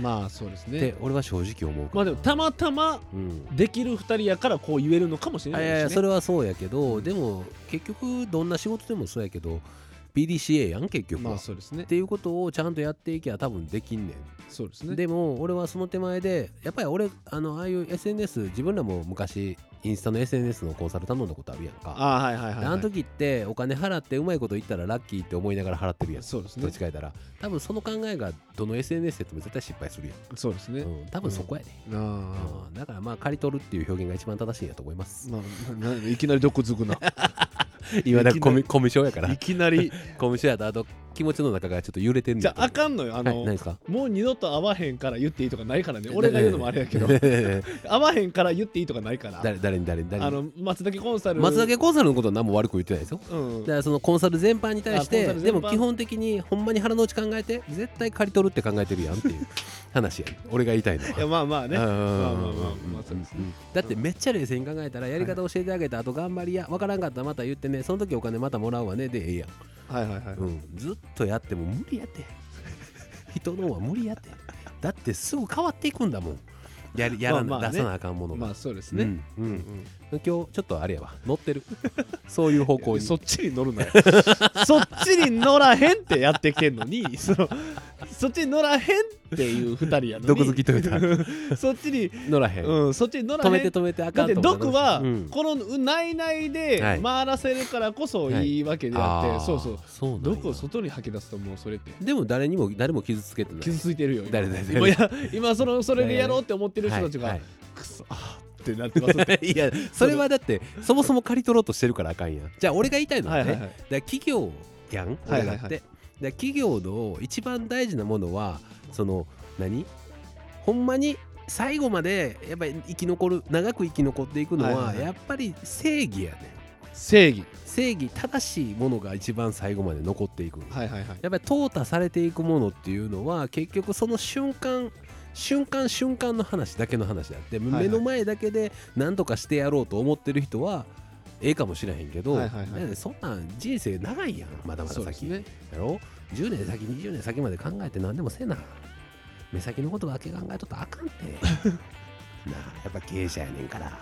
S1: まあそうです
S2: っ
S1: ね
S2: て俺は正直思うか
S1: ま
S2: ら
S1: あでもたまたま
S2: うん
S1: できる二人やからこう言えるのかもしれない
S2: い
S1: ですね
S2: やいやそれはそうやけど、でも結局どんな仕事でもそうやけど PDCA やん結局は、
S1: まあ
S2: っ
S1: そうですね
S2: ていうことをちゃんとやっていけば多分できんね
S1: そうです
S2: ん、
S1: ね
S2: でも俺はその手前でやっぱり俺あのああいう SNS 自分らも昔インスタの SNS のコンサル頼んだことあるやんか
S1: ああはいはいはい
S2: で
S1: はい
S2: あの時ってお金払ってうまいこと言ったらラッキーって思いながら払ってるやん
S1: そうです
S2: ど
S1: ね
S2: っちかやったら多分その考えがどの SNS やっても絶対失敗する
S1: そうです
S2: や
S1: ね
S2: ん、うん、多分そこやね、
S1: ああ
S2: うんだからまあ借り取るっていう表現が一番正しいんやと思います
S1: まあな ないきなりどこづくな
S2: 今だ
S1: いきなり
S2: コミコミュ障やから
S1: いきなり
S2: コミュ障やとあと気持ちの中がちょっと揺れてんねん
S1: じゃああかんのよ
S2: は
S1: あ
S2: い
S1: の
S2: 何ですか
S1: もう二度と会わへんから言っていいとかないからね俺が言うのもあれやけど 会わへんから言っていいとかないから
S2: 誰誰に誰に誰
S1: あ
S2: に
S1: の松崎コンサル
S2: 松崎コンサルのことは何も悪く言ってないですよ
S1: うん
S2: だからそのコンサル全般に対し
S1: あコン
S2: て
S1: サル
S2: で
S1: 全般
S2: も基本的にほんまに腹の内考えて絶対借り取るって考えてるやんっていう話やねん俺が言いたいの
S1: いや
S2: は。
S1: まあまあね
S2: うんうん
S1: まあ
S2: うん
S1: まあ
S2: うん
S1: まあまあそうですね
S2: だってめっちゃ冷静に考えたらやり方教えてあげた後頑張りやわからんかったらまた言ってねその時お金またもらうわねでええやん、
S1: はいはいはい
S2: うん、ずっとやっても無理やって 人のは無理やってだってすぐ変わっていくんだもんやりやらな、
S1: まあまあね
S2: 出さなあかんものが、
S1: まあそうですね
S2: うん、う
S1: うんん
S2: 今日ちょっとあれやわ乗ってる そういう方向に
S1: そっちに乗るなよ そっちに乗らへんってやってきてんのにそのそっちに乗らへんっていう二人やのに
S2: 毒好きというた
S1: そっちに、
S2: 乗らへん、
S1: うん、そっちに乗らへ
S2: 止
S1: ん
S2: めて止めてあ
S1: だ
S2: か
S1: っ
S2: んと
S1: て
S2: 思
S1: 毒は
S2: うん
S1: この内々で
S2: はい
S1: 回らせるからこそいいわけであって、
S2: あー
S1: そうそう
S2: そうなんや
S1: 毒を外に吐き出すともうそれって
S2: でも誰にも誰も傷つけてない
S1: 傷ついてるよ今
S2: 誰誰誰
S1: 今や今そのそれでやろうって思ってる人たちが、
S2: はいは
S1: クソあーってなってますって
S2: い、いやそれはだってそもそも借り取ろうとしてるからあかんやんじゃあ俺が言いたいのは
S1: は
S2: ね、
S1: いはいはい
S2: だから企業やん
S1: はいはいはい
S2: 俺だって、だから企業の一番大事なものはその何ほんまに最後までやっぱり生き残る長く生き残っていくのは、
S1: はいはいはい
S2: やっぱり正義やね
S1: 正義
S2: 正義正しいものが一番最後まで残っていく、
S1: はいはいはい
S2: やっぱり淘汰されていくものっていうのは結局その瞬間瞬間瞬間の話だけの話であって、
S1: いは
S2: 目
S1: い
S2: の前だけで何とかしてやろうと思ってる人はええかもしれへんけど、
S1: はいはいはい
S2: だってそんなん人生長いやんまだまだ
S1: そうです
S2: 先、
S1: ね
S2: やろ10年先20年先まで考えて何でもせな目先のことだけ考えとったらあかんてなあやっぱ経営者やねん からな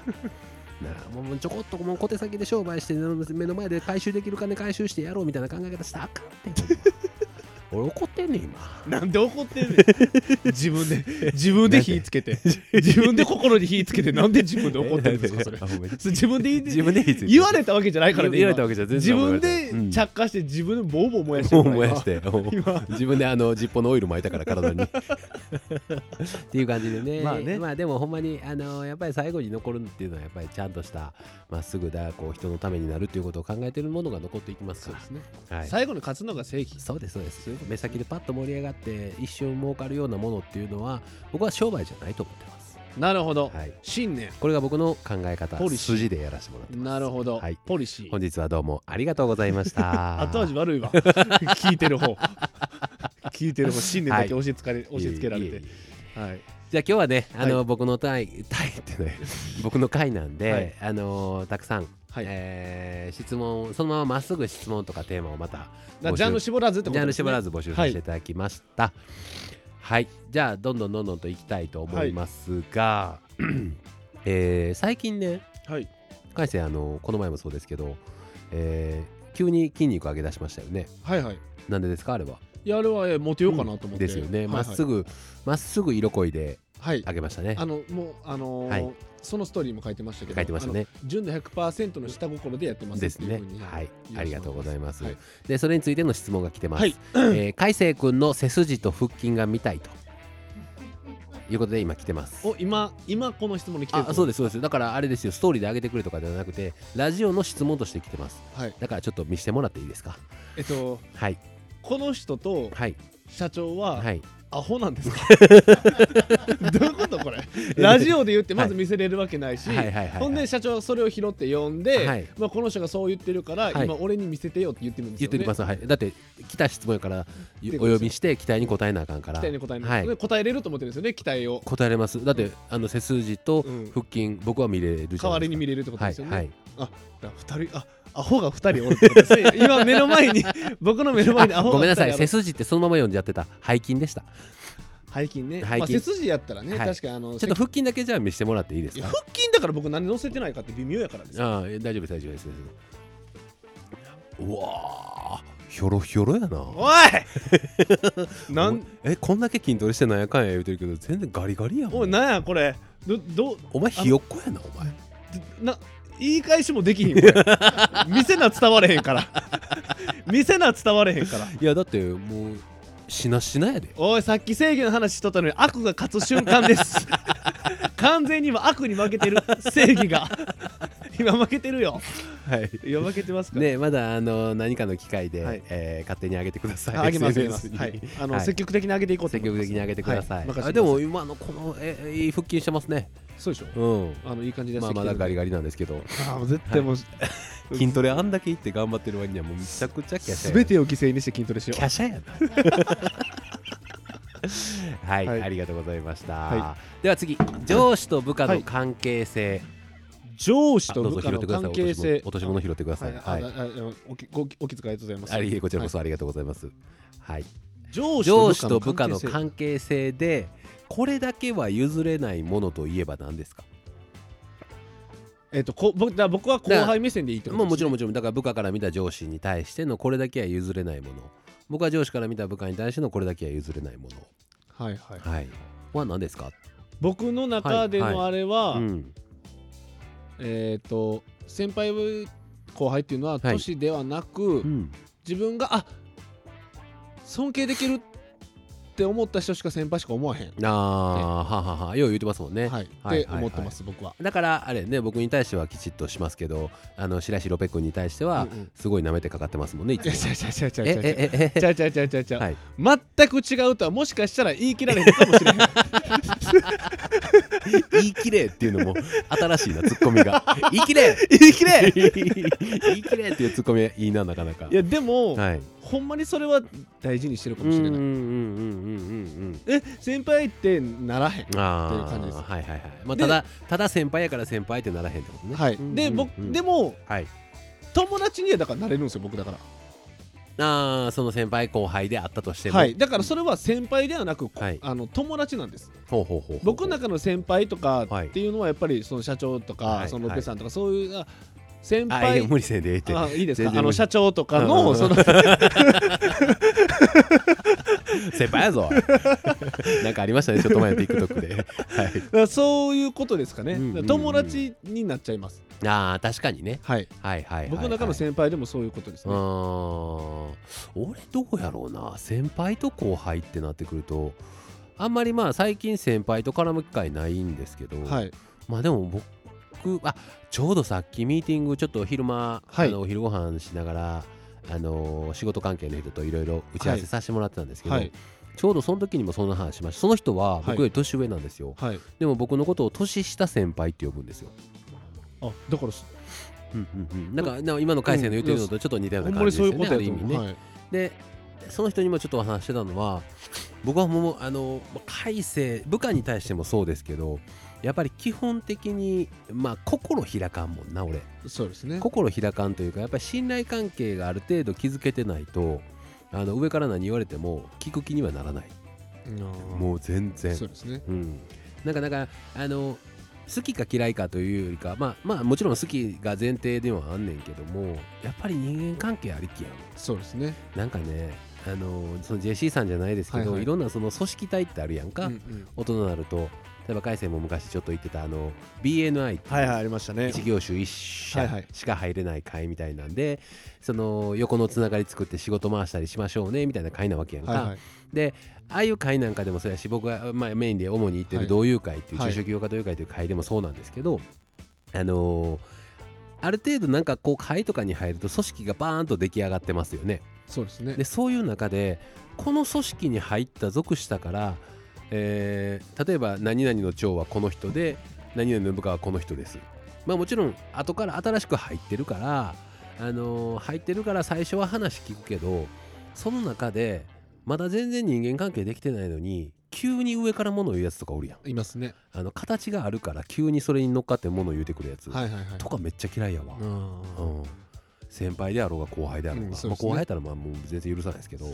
S2: あもうもうちょこっともう小手先で商売して目の前で回収できる金回収してやろうみたいな考え方したらあかん て俺怒ってんねん今
S1: なんで怒ってんねん自分で自分で火つけて自分で心に火 つけてなんで自分で怒ってるんですかそれ
S2: あごめん
S1: それ自分で言って
S2: 自分 で言って
S1: 言われたわけじゃないからね
S2: 言われた
S1: 今
S2: わけじゃ全
S1: 自
S2: 然
S1: 分
S2: うん
S1: で着火して自分でボーボー燃やして
S2: も
S1: る
S2: う
S1: から
S2: 燃やしてもう
S1: 今
S2: 自分であのジッポのオイル巻いたから体にっていう感じでね
S1: まあね
S2: でもほんまにあのやっぱり最後に残るっていうのはやっぱりちゃんとしたまっすぐだこう人のためになるっていうことを考えてるものが残っていきます
S1: そう
S2: か
S1: ですね
S2: ら、はい、
S1: 最後に勝つのが正義
S2: そうですそうです目先でパッと盛り上がって一瞬儲かるようなものっていうのは僕は商売じゃないと思ってます、
S1: なるほど
S2: はい、
S1: 信念
S2: これが僕の考え方
S1: ポリシー
S2: 筋でやらせてもらってます
S1: なるほど
S2: はい
S1: ポリシ
S2: 本
S1: ー
S2: 日はどうもありがとうございまし た
S1: 後味悪いわ聞いてる方聞いてる方信念だけ
S2: は
S1: 押し付かれ押し付けられ
S2: いえいえ
S1: て
S2: いえ
S1: はい
S2: じゃあ今日はね、あの、
S1: は
S2: 僕のタイ、タイってね、僕の回なんで、
S1: はい
S2: あのーたくさん
S1: はい
S2: えー質問そのまままっすぐ質問とかテーマをまた
S1: だからジャンル絞らずってこ
S2: ジャ
S1: と
S2: ン
S1: で
S2: ル
S1: す、
S2: 絞
S1: ね、
S2: らず募集させていただきましたはい、じゃあどんどんどんどんといきたいと思いますが、えー最近ね
S1: はい
S2: 海星あのこの前もそうですけど、えー急に筋肉上げ出しましたよね
S1: はいはい
S2: なんでですかあれは
S1: はいやあれはえモテようかなと思って、
S2: ですよねま、
S1: はいはい
S2: っすぐまっすぐ色恋で
S1: はい
S2: 上げましたね
S1: あのもうあのー
S2: はい
S1: そのストーリーも書いてましたけど
S2: 書いてましたね
S1: あの純度100%の下心でやってます
S2: です
S1: ってい
S2: ね
S1: うふうに
S2: はい
S1: 言
S2: ありがとうございます、
S1: はい
S2: でそれについての質問が来てます、
S1: はい
S2: えー海星くんの背筋と腹筋が見たいということで今来てます
S1: お今今この質問に来てる
S2: あそうですすそうですだからあれですよストーリーで上げてくるとかではなくてラジオの質問として来てます
S1: はい
S2: だからちょっと見せてもらっていいですか
S1: えっと
S2: はい
S1: この人と
S2: はい
S1: 社長は
S2: はい
S1: アホな んですか、どういうことこれラジオで言ってまず見せれるわけないし、
S2: はいはいはいはい
S1: ほんで社長はそれを拾って呼んで、
S2: はい
S1: まあ、この人がそう言ってるから、
S2: はい
S1: 今俺に見せてよって言ってるんです
S2: 言
S1: よ、
S2: っ
S1: ね、
S2: てきます、はい、だって来た質問やからお
S1: てことですよ
S2: 呼びして期待に応えなあかんから
S1: 期待に答えます、
S2: はい
S1: で答えれると思ってるんですよね期待を
S2: 答えれますだってあの背筋と
S1: うん
S2: 腹筋、僕は見れるじゃないですか
S1: 代わりに見れるってことですよね、
S2: はい、
S1: だから二人あアホが二人おるってことですね 今目の前に 僕の目の
S2: は
S1: 前
S2: い
S1: に
S2: あ
S1: アホが
S2: ごめんなさい
S1: 二人
S2: 背筋ってそのまま読んじゃってた背筋でした
S1: ある背筋ね
S2: 背筋
S1: まあ、背筋やったらね、
S2: はい
S1: 確かにあの
S2: ちょっと腹筋だけじゃあ見せてもらっていいです
S1: いや
S2: か
S1: 腹筋だから僕何乗せてないかって微妙やからですよ
S2: ああえ大丈夫です大丈夫です大丈夫ですうわあひょろひょろやな
S1: お いなん
S2: えこんだけ筋トレしてなんやかんや言うてるけど全然ガリガリやん
S1: おいなんやこれどど
S2: お前ひよっこやなお前
S1: な言い返しもできひんこれ 見せな伝われへんから見せな伝われへんから
S2: いやだってもうしなしなやで
S1: おいさっき正義の話しとったのに悪が勝つ瞬間です 完全に今悪に負けてる正義が 今負けてるよ
S2: はい
S1: いや負けてますから
S2: ねまだあの何かの機会で、
S1: はい
S2: えー勝手に上げてください
S1: あげますあげま
S2: SNS
S1: す
S2: に
S1: はいあの、
S2: はい
S1: 積極的に上げていこうと
S2: 積
S1: 思いま
S2: 極
S1: す
S2: 的に上げてください、
S1: は任せてくださ
S2: あ
S1: い
S2: でも今のこのええいい腹筋してますね
S1: そうでしょ
S2: うん
S1: あのいい感じです
S2: まあまだガリガリなんですけど
S1: あーもう絶対もう、
S2: 筋トレあんだけいって頑張ってる割にはもうめちゃくちゃキャシャやな
S1: 全てを犠牲にして筋トレしよ
S2: 華奢や なはい、
S1: はい
S2: ありがとうございました、
S1: は
S2: では次上司と部下の関係性、
S1: う上司
S2: あ
S1: と
S2: どう
S1: 部
S2: ぞ
S1: 下
S2: 拾っ
S1: の
S2: てください
S1: 関係性
S2: 落とし物拾ってくださ
S1: はいい、
S2: は、
S1: はいい、あああおきごお気遣いありがとうございます
S2: ありえこちらこそありがとうございます、はい、
S1: はい上
S2: 上
S1: 司
S2: 司
S1: と
S2: と
S1: 部
S2: 部
S1: 下
S2: 下
S1: の
S2: の
S1: 関係性
S2: 関係性でこれだけは譲れないものといえば何ですか
S1: えっとこ僕だから僕は後輩目線でいいってこと
S2: もうもちろん
S1: ん
S2: もちろんだから部下から見た上司に対してのこれだけは譲れないもの僕は上司から見た部下に対してのこれだけは譲れないもの
S1: はいはい
S2: はいは何ですか、
S1: 僕の中でのあれは、
S2: うん、
S1: えっ、と先輩後輩っていうのは
S2: はい
S1: 年ではなく、
S2: うん
S1: 自分があ尊敬できるって思った人しか先輩しか思わへん、
S2: ああ、はははよう言ってますもんね、
S1: はい、っ
S2: はい
S1: て思ってます、僕は。
S2: だからあれね僕に対してはきちっとしますけどあの白石ロペ君に対しては
S1: うんうん
S2: すごい舐めてかかってますもんねいつ
S1: い や
S2: も
S1: ちゃうちゃうちゃうちゃう
S2: え
S1: ちゃう
S2: えええ
S1: ちゃうちゃうちゃうちゃうちゃう
S2: はい
S1: 全く違うとはもしかしたら言い切られへんかもしれ へん
S2: 言い切れっていうのも新しいなツッコミ が言い切れ
S1: 言い切れい
S2: 言い切れっていうツッコミいいななかなか
S1: やでも、
S2: はい
S1: ほんまにそれは大事にしてるかもしれ
S2: うんうんうん
S1: ない
S2: うん
S1: え先輩ってならへん
S2: うんああ
S1: っていう感じです
S2: はいはいはい、まあ、
S1: で
S2: ただただ先輩やから先輩ってならへんってことね
S1: はいで僕で
S2: も
S1: も
S2: はい
S1: 友達にはだからなれるんですよ僕だから
S2: ああその先輩後輩であったとしても
S1: はい、だからそれは先輩ではなく、こ
S2: はい
S1: あの友達なんです
S2: ほうほうほうほう
S1: 僕の中の先輩とか
S2: はい
S1: っていうのはやっぱりその社長とか、
S2: はい
S1: その
S2: はい
S1: ペさんとかそういうあ先
S2: あい
S1: 輩
S2: や無理せんでええって
S1: あいいですか
S2: 全然
S1: あの社長とか
S2: うんうんう
S1: の
S2: ん
S1: その
S2: 先輩やぞ なんかありましたねちょっと前の TikTok で、はい、
S1: そういうことですかね、
S2: うんうんうん
S1: 友達になっちゃいます
S2: ああ確かにね
S1: はい
S2: はいはいはい、はい、
S1: 僕の中の先輩でもそういうことです
S2: う
S1: ね、
S2: ーん俺どうやろうな先輩と後輩ってなってくるとあんまりまあ最近先輩と絡む機会ないんですけど、
S1: はい
S2: まあでも僕あちょうどさっきミーティングちょっと昼間、
S1: はい
S2: あのお昼ご飯しながらあのー仕事関係の人といろいろ打ち合わせさせてもらってたんですけど、
S1: はい
S2: ちょうどその時にもそんな話しましたその人は僕より年上なんですよ、
S1: はい
S2: でも僕のことを年下先輩って呼ぶんですよ、
S1: あだからす
S2: うんうんうん、なんかなんか今の海星の言ってるのとちょっと似たよう
S1: ほ
S2: なん
S1: ま
S2: 感じで
S1: に
S2: す
S1: そ
S2: よ
S1: うい
S2: ね
S1: うこ
S2: あ
S1: とやと
S2: る意
S1: 思
S2: 味
S1: う、
S2: ね、
S1: はい、
S2: でその人にもちょっとお話ししてたのは僕はもうあのまあ改正部下に対してもそうですけどやっぱり基本的にまあ心開かんもんな俺
S1: そうですね
S2: 心開かんというかやっぱり信頼関係がある程度築けてないとあの上から何言われても聞く気にはならない
S1: も
S2: もう全然
S1: そうですね
S2: うん、なんかなんかあの好きか嫌いかというよりかまあまあもちろん好きが前提ではあんねんけどもやっぱり人間関係ありきやん
S1: そうですね
S2: なんかねあのその JC さんじゃないですけど、
S1: はい
S2: い
S1: はい
S2: ろんなその組織体ってあるやんか、
S1: うんうん
S2: 大人になると例えば海星も昔ちょっと言ってたあの BNI って
S1: はいはいあ
S2: いう
S1: りましたね
S2: 一業種一
S1: はいは
S2: 社
S1: い
S2: しか入れない会みたいなんで、その横のつながり作って仕事回したりしましょうねみたいな会なわけやんか、
S1: はいはい
S2: でああいう会なんかでもそうやし僕が、まあ、メインで主に行って
S1: は
S2: る
S1: い
S2: 同友会っていう、
S1: はい
S2: 中小企業家同友会という会でもそうなんですけど、あのーある程度なんかこう会とかに入ると組織がバーンと出来上がってますよね。
S1: そうです ね
S2: でそういう中でこの組織に入った属したから、えー例えば何々の長はこの人で何々の部下はこの人です。まあもちろん後から新しく入ってるから、あのー入ってるから最初は話聞くけどその中でまだ全然人間関係できてないのに急に上から物を言うやつとかおるやん。
S1: いますね
S2: あの形があるから急にそれに乗っかって物を言うてくるやつ、
S1: はいはいはい
S2: とかめっちゃ嫌いやわ。
S1: うん
S2: うん先輩であろうが後輩であろうが、
S1: うんそう
S2: まあ、
S1: です
S2: 後
S1: ね
S2: 輩やったらまあもう全然許さないですけど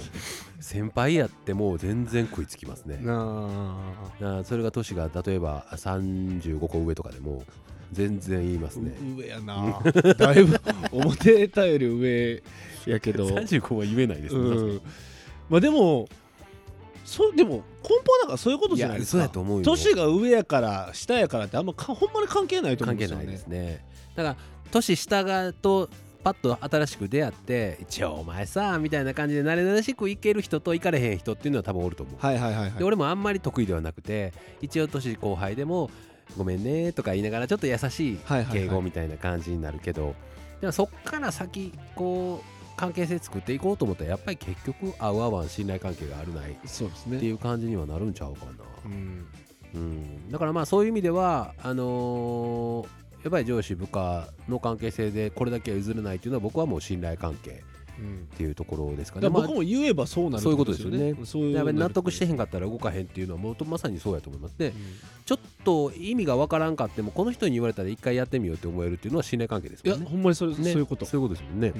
S2: 先輩やってもう全然食いつきますね
S1: あ
S2: あーそれが年が例えば35個上とかでも全然言います
S1: ー
S2: ね
S1: う上やな だいぶ表たより上やけど
S2: 35は言えないで
S1: うんまあでもそうでも根本なんかそういうこと
S2: い
S1: じゃな
S2: や
S1: いです
S2: そう
S1: か
S2: やと思うよ
S1: 年が上やから下やからってあんまかほんまに関係ないと思
S2: 関
S1: うんで
S2: 係
S1: すよ
S2: ないで
S1: ね
S2: すねだから年下がとパッと新しく出会って「一応お前さ」みたいな感じで慣れ慣れしくいける人といかれへん人っていうのは多分おると思う
S1: はいはいはいはい
S2: で俺もあんまり得意ではなくて一応年後輩でも「ごめんね」とか言いながらちょっと優しい
S1: はいはいはい
S2: 敬語みたいな感じになるけど、でもそっから先こう関係性作っていこうと思ったらやっぱり結局合う合わん信頼関係があるないっ
S1: そうです
S2: て
S1: ね
S2: いう感じにはなるんちゃうかな、
S1: うん
S2: うん、だからまあそういう意味ではあのーやっぱり上司部下の関係性でこれだけは譲れないっていうのは僕はもう信頼関係
S1: うん
S2: っていうところですか
S1: だ
S2: ね
S1: か
S2: ま
S1: ら
S2: あ
S1: 僕も言えばそうなる
S2: そういうことですよね
S1: そういう
S2: やっぱり納得してへ
S1: ん
S2: んかったら動かへんっていうのはもうとまさにそうやと思いますねちょっと意味がわからんかってもこの人に言われたら一回やってみようって思えるっていうのは信頼関係です
S1: い
S2: も
S1: や
S2: んね。
S1: ほんまにそれそう
S2: ね
S1: いうこと
S2: そういうことですもんね。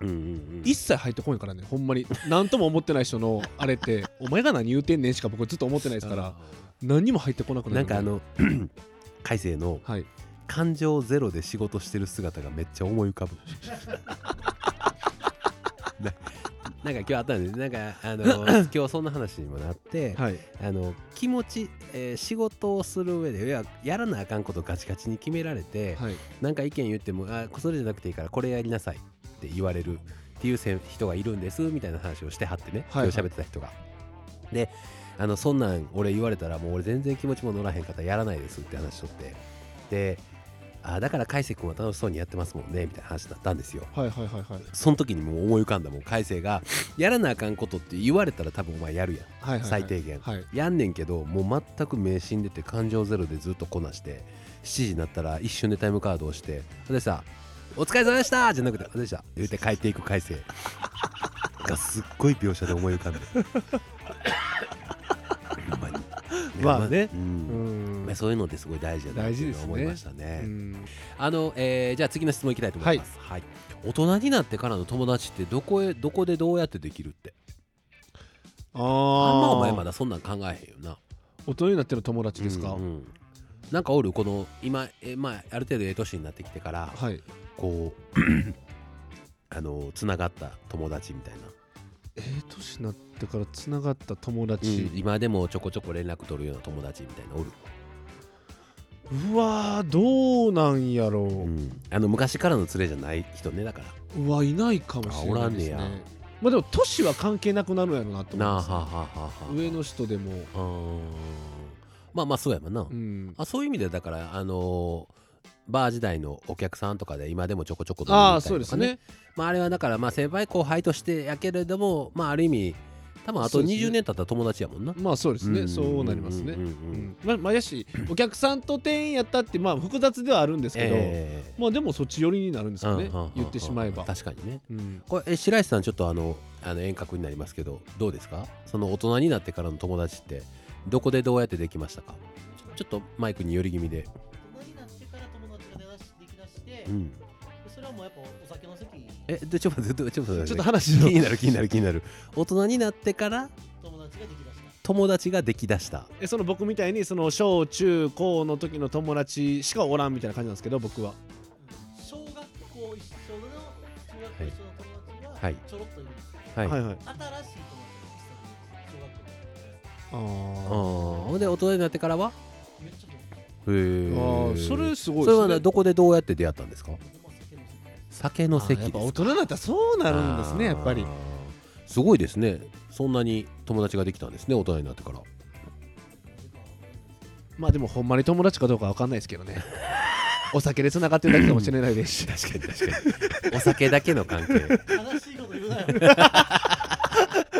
S2: うんうんうん。
S1: 一切入ってこないからねほんまに何とも思ってない人 のあれってお前が何言うてんねんしか僕ずっと思ってないですから何にも入ってこなくな
S2: な
S1: る
S2: んかあの海星の
S1: はい
S2: 感情ゼロで仕事してる姿がめっちゃ思い浮か ぶ。ななんか今日あったんですなんかあの 今日そんな話にもなって、
S1: はい
S2: あの気持ち、えー仕事をする上でいややらなあかんことガチガチに決められて、
S1: はい
S2: なんか意見言ってもあそれじゃなくていいからこれやりなさいって言われるっていうせん人がいるんですみたいな話をしてはってね、
S1: はいはい
S2: 今日喋ってた人が。であのそんなん俺言われたらもう俺全然気持ちも乗らへんからやらないですって話しとってであだから海星君は楽しそうにやってますもんねみたいな話だったんですよ。
S1: はいはいはいはい
S2: その時にもう思い浮かんだもん海星が「やらなあかんこと」って言われたら多分お前やるやん。
S1: はいはいはい
S2: 最低限
S1: はい
S2: やんねんけどもう全く迷信出て感情ゼロでずっとこなして7時になったら一瞬でタイムカードを押して「でさお疲れ様でした!」じゃなくて「でした!」言って帰っていく改正がすっごい描写で思い浮かんでほ んまに
S1: まあね
S2: うん
S1: うん
S2: まあそういうのってすごい大事だなっていうのは思いましたね
S1: うん
S2: あの、えーじゃあ次の質問いきたいと思います、はい大人になってからの友達ってどこへどこでどうやってできるってあ
S1: あ
S2: んま
S1: あ
S2: お前まだそんなん考えへんよな
S1: 大人になっての友達ですか、
S2: うんうんなんかおるこの今え、まあ、ある程度ええ年になってきてから
S1: はい
S2: こう あのつながった友達みたいな、
S1: ええ年になってからつながった友達、
S2: 今でもちょこちょこ連絡取るような友達みたいなおる、
S1: うわーどうなんやろう、う
S2: あの昔からの連れじゃない人ねだから
S1: わいないかもしれないですね
S2: あおらんね
S1: まあでも年は関係なくなるんやろうなと思
S2: なあ
S1: い
S2: は
S1: ま
S2: あ
S1: す
S2: はあはあはあ
S1: 上の人でも
S2: あーまあまあそうやもんな、
S1: うん
S2: あそういう意味ではだからあのーバー時代のお客さんとかで今でもちょこちょこ飲みに
S1: あ
S2: 行
S1: あ
S2: ったり
S1: そうで
S2: と
S1: す
S2: かね
S1: ね
S2: まあ、あれはだからまあ先輩後輩としてやけれども、まあ、ある意味多分あと
S1: そうですね
S2: 20年経ったら友達やもんな。
S1: まあそうですね
S2: ん
S1: そうなりますね
S2: うんうんう
S1: う
S2: ん
S1: んまあまあやしお客さんと店員やったってまあ複雑ではあるんですけど、
S2: ええ
S1: まあでもそっち寄りになるんですよね、
S2: うんうんうんうん
S1: 言ってしまえば、
S2: 確かにね。
S1: うん、
S2: これえ白石さんちょっとあのあの遠隔になりますけどどうですかその大人になってからの友達ってどこでどうやってできましたかちょっとマイクに寄り気味で、
S3: 大人になってから友達が出だしできだして、
S2: うん、
S3: それはもうやっぱお酒の席
S2: えでちょっと待ってちょっと待って
S1: ちょっ
S2: ちょ
S1: と
S2: っと
S1: 話
S2: 気
S1: の
S2: になる気になる気になる大人になってから
S3: 友達ができだした
S2: 友達ができだした
S1: えその僕みたいにその小中高の時の友達しかおらんみたいな感じなんですけど僕は
S3: うん小学校一緒の中学校一緒の友達は
S2: はい
S3: ちょろっといるんです、
S2: はい、
S1: は
S2: あ
S1: いはい
S3: 新しい友達が一緒にいるんです
S1: あ
S2: あ
S1: ー
S2: ほんで大人になってからは
S3: 小学校でめっちゃも
S2: へえ
S1: あーそれすごい
S2: そ
S1: で
S2: れ
S1: す
S2: は
S1: ね
S2: などこでどうやって出会ったんですか
S3: うお酒の席
S2: 酒の席
S1: あーやっ
S2: ですか
S1: ぱ大人だったらそうなるんですねやっぱり
S2: あーすごいですねそんなに友達ができたんですね大人になってから
S1: まあでもほんまに友達かどうかわかんないですけどねお酒でつながってるだけかもしれないですし
S2: 確かに確かにお酒だけの関係
S3: 悲しいこと言うなよ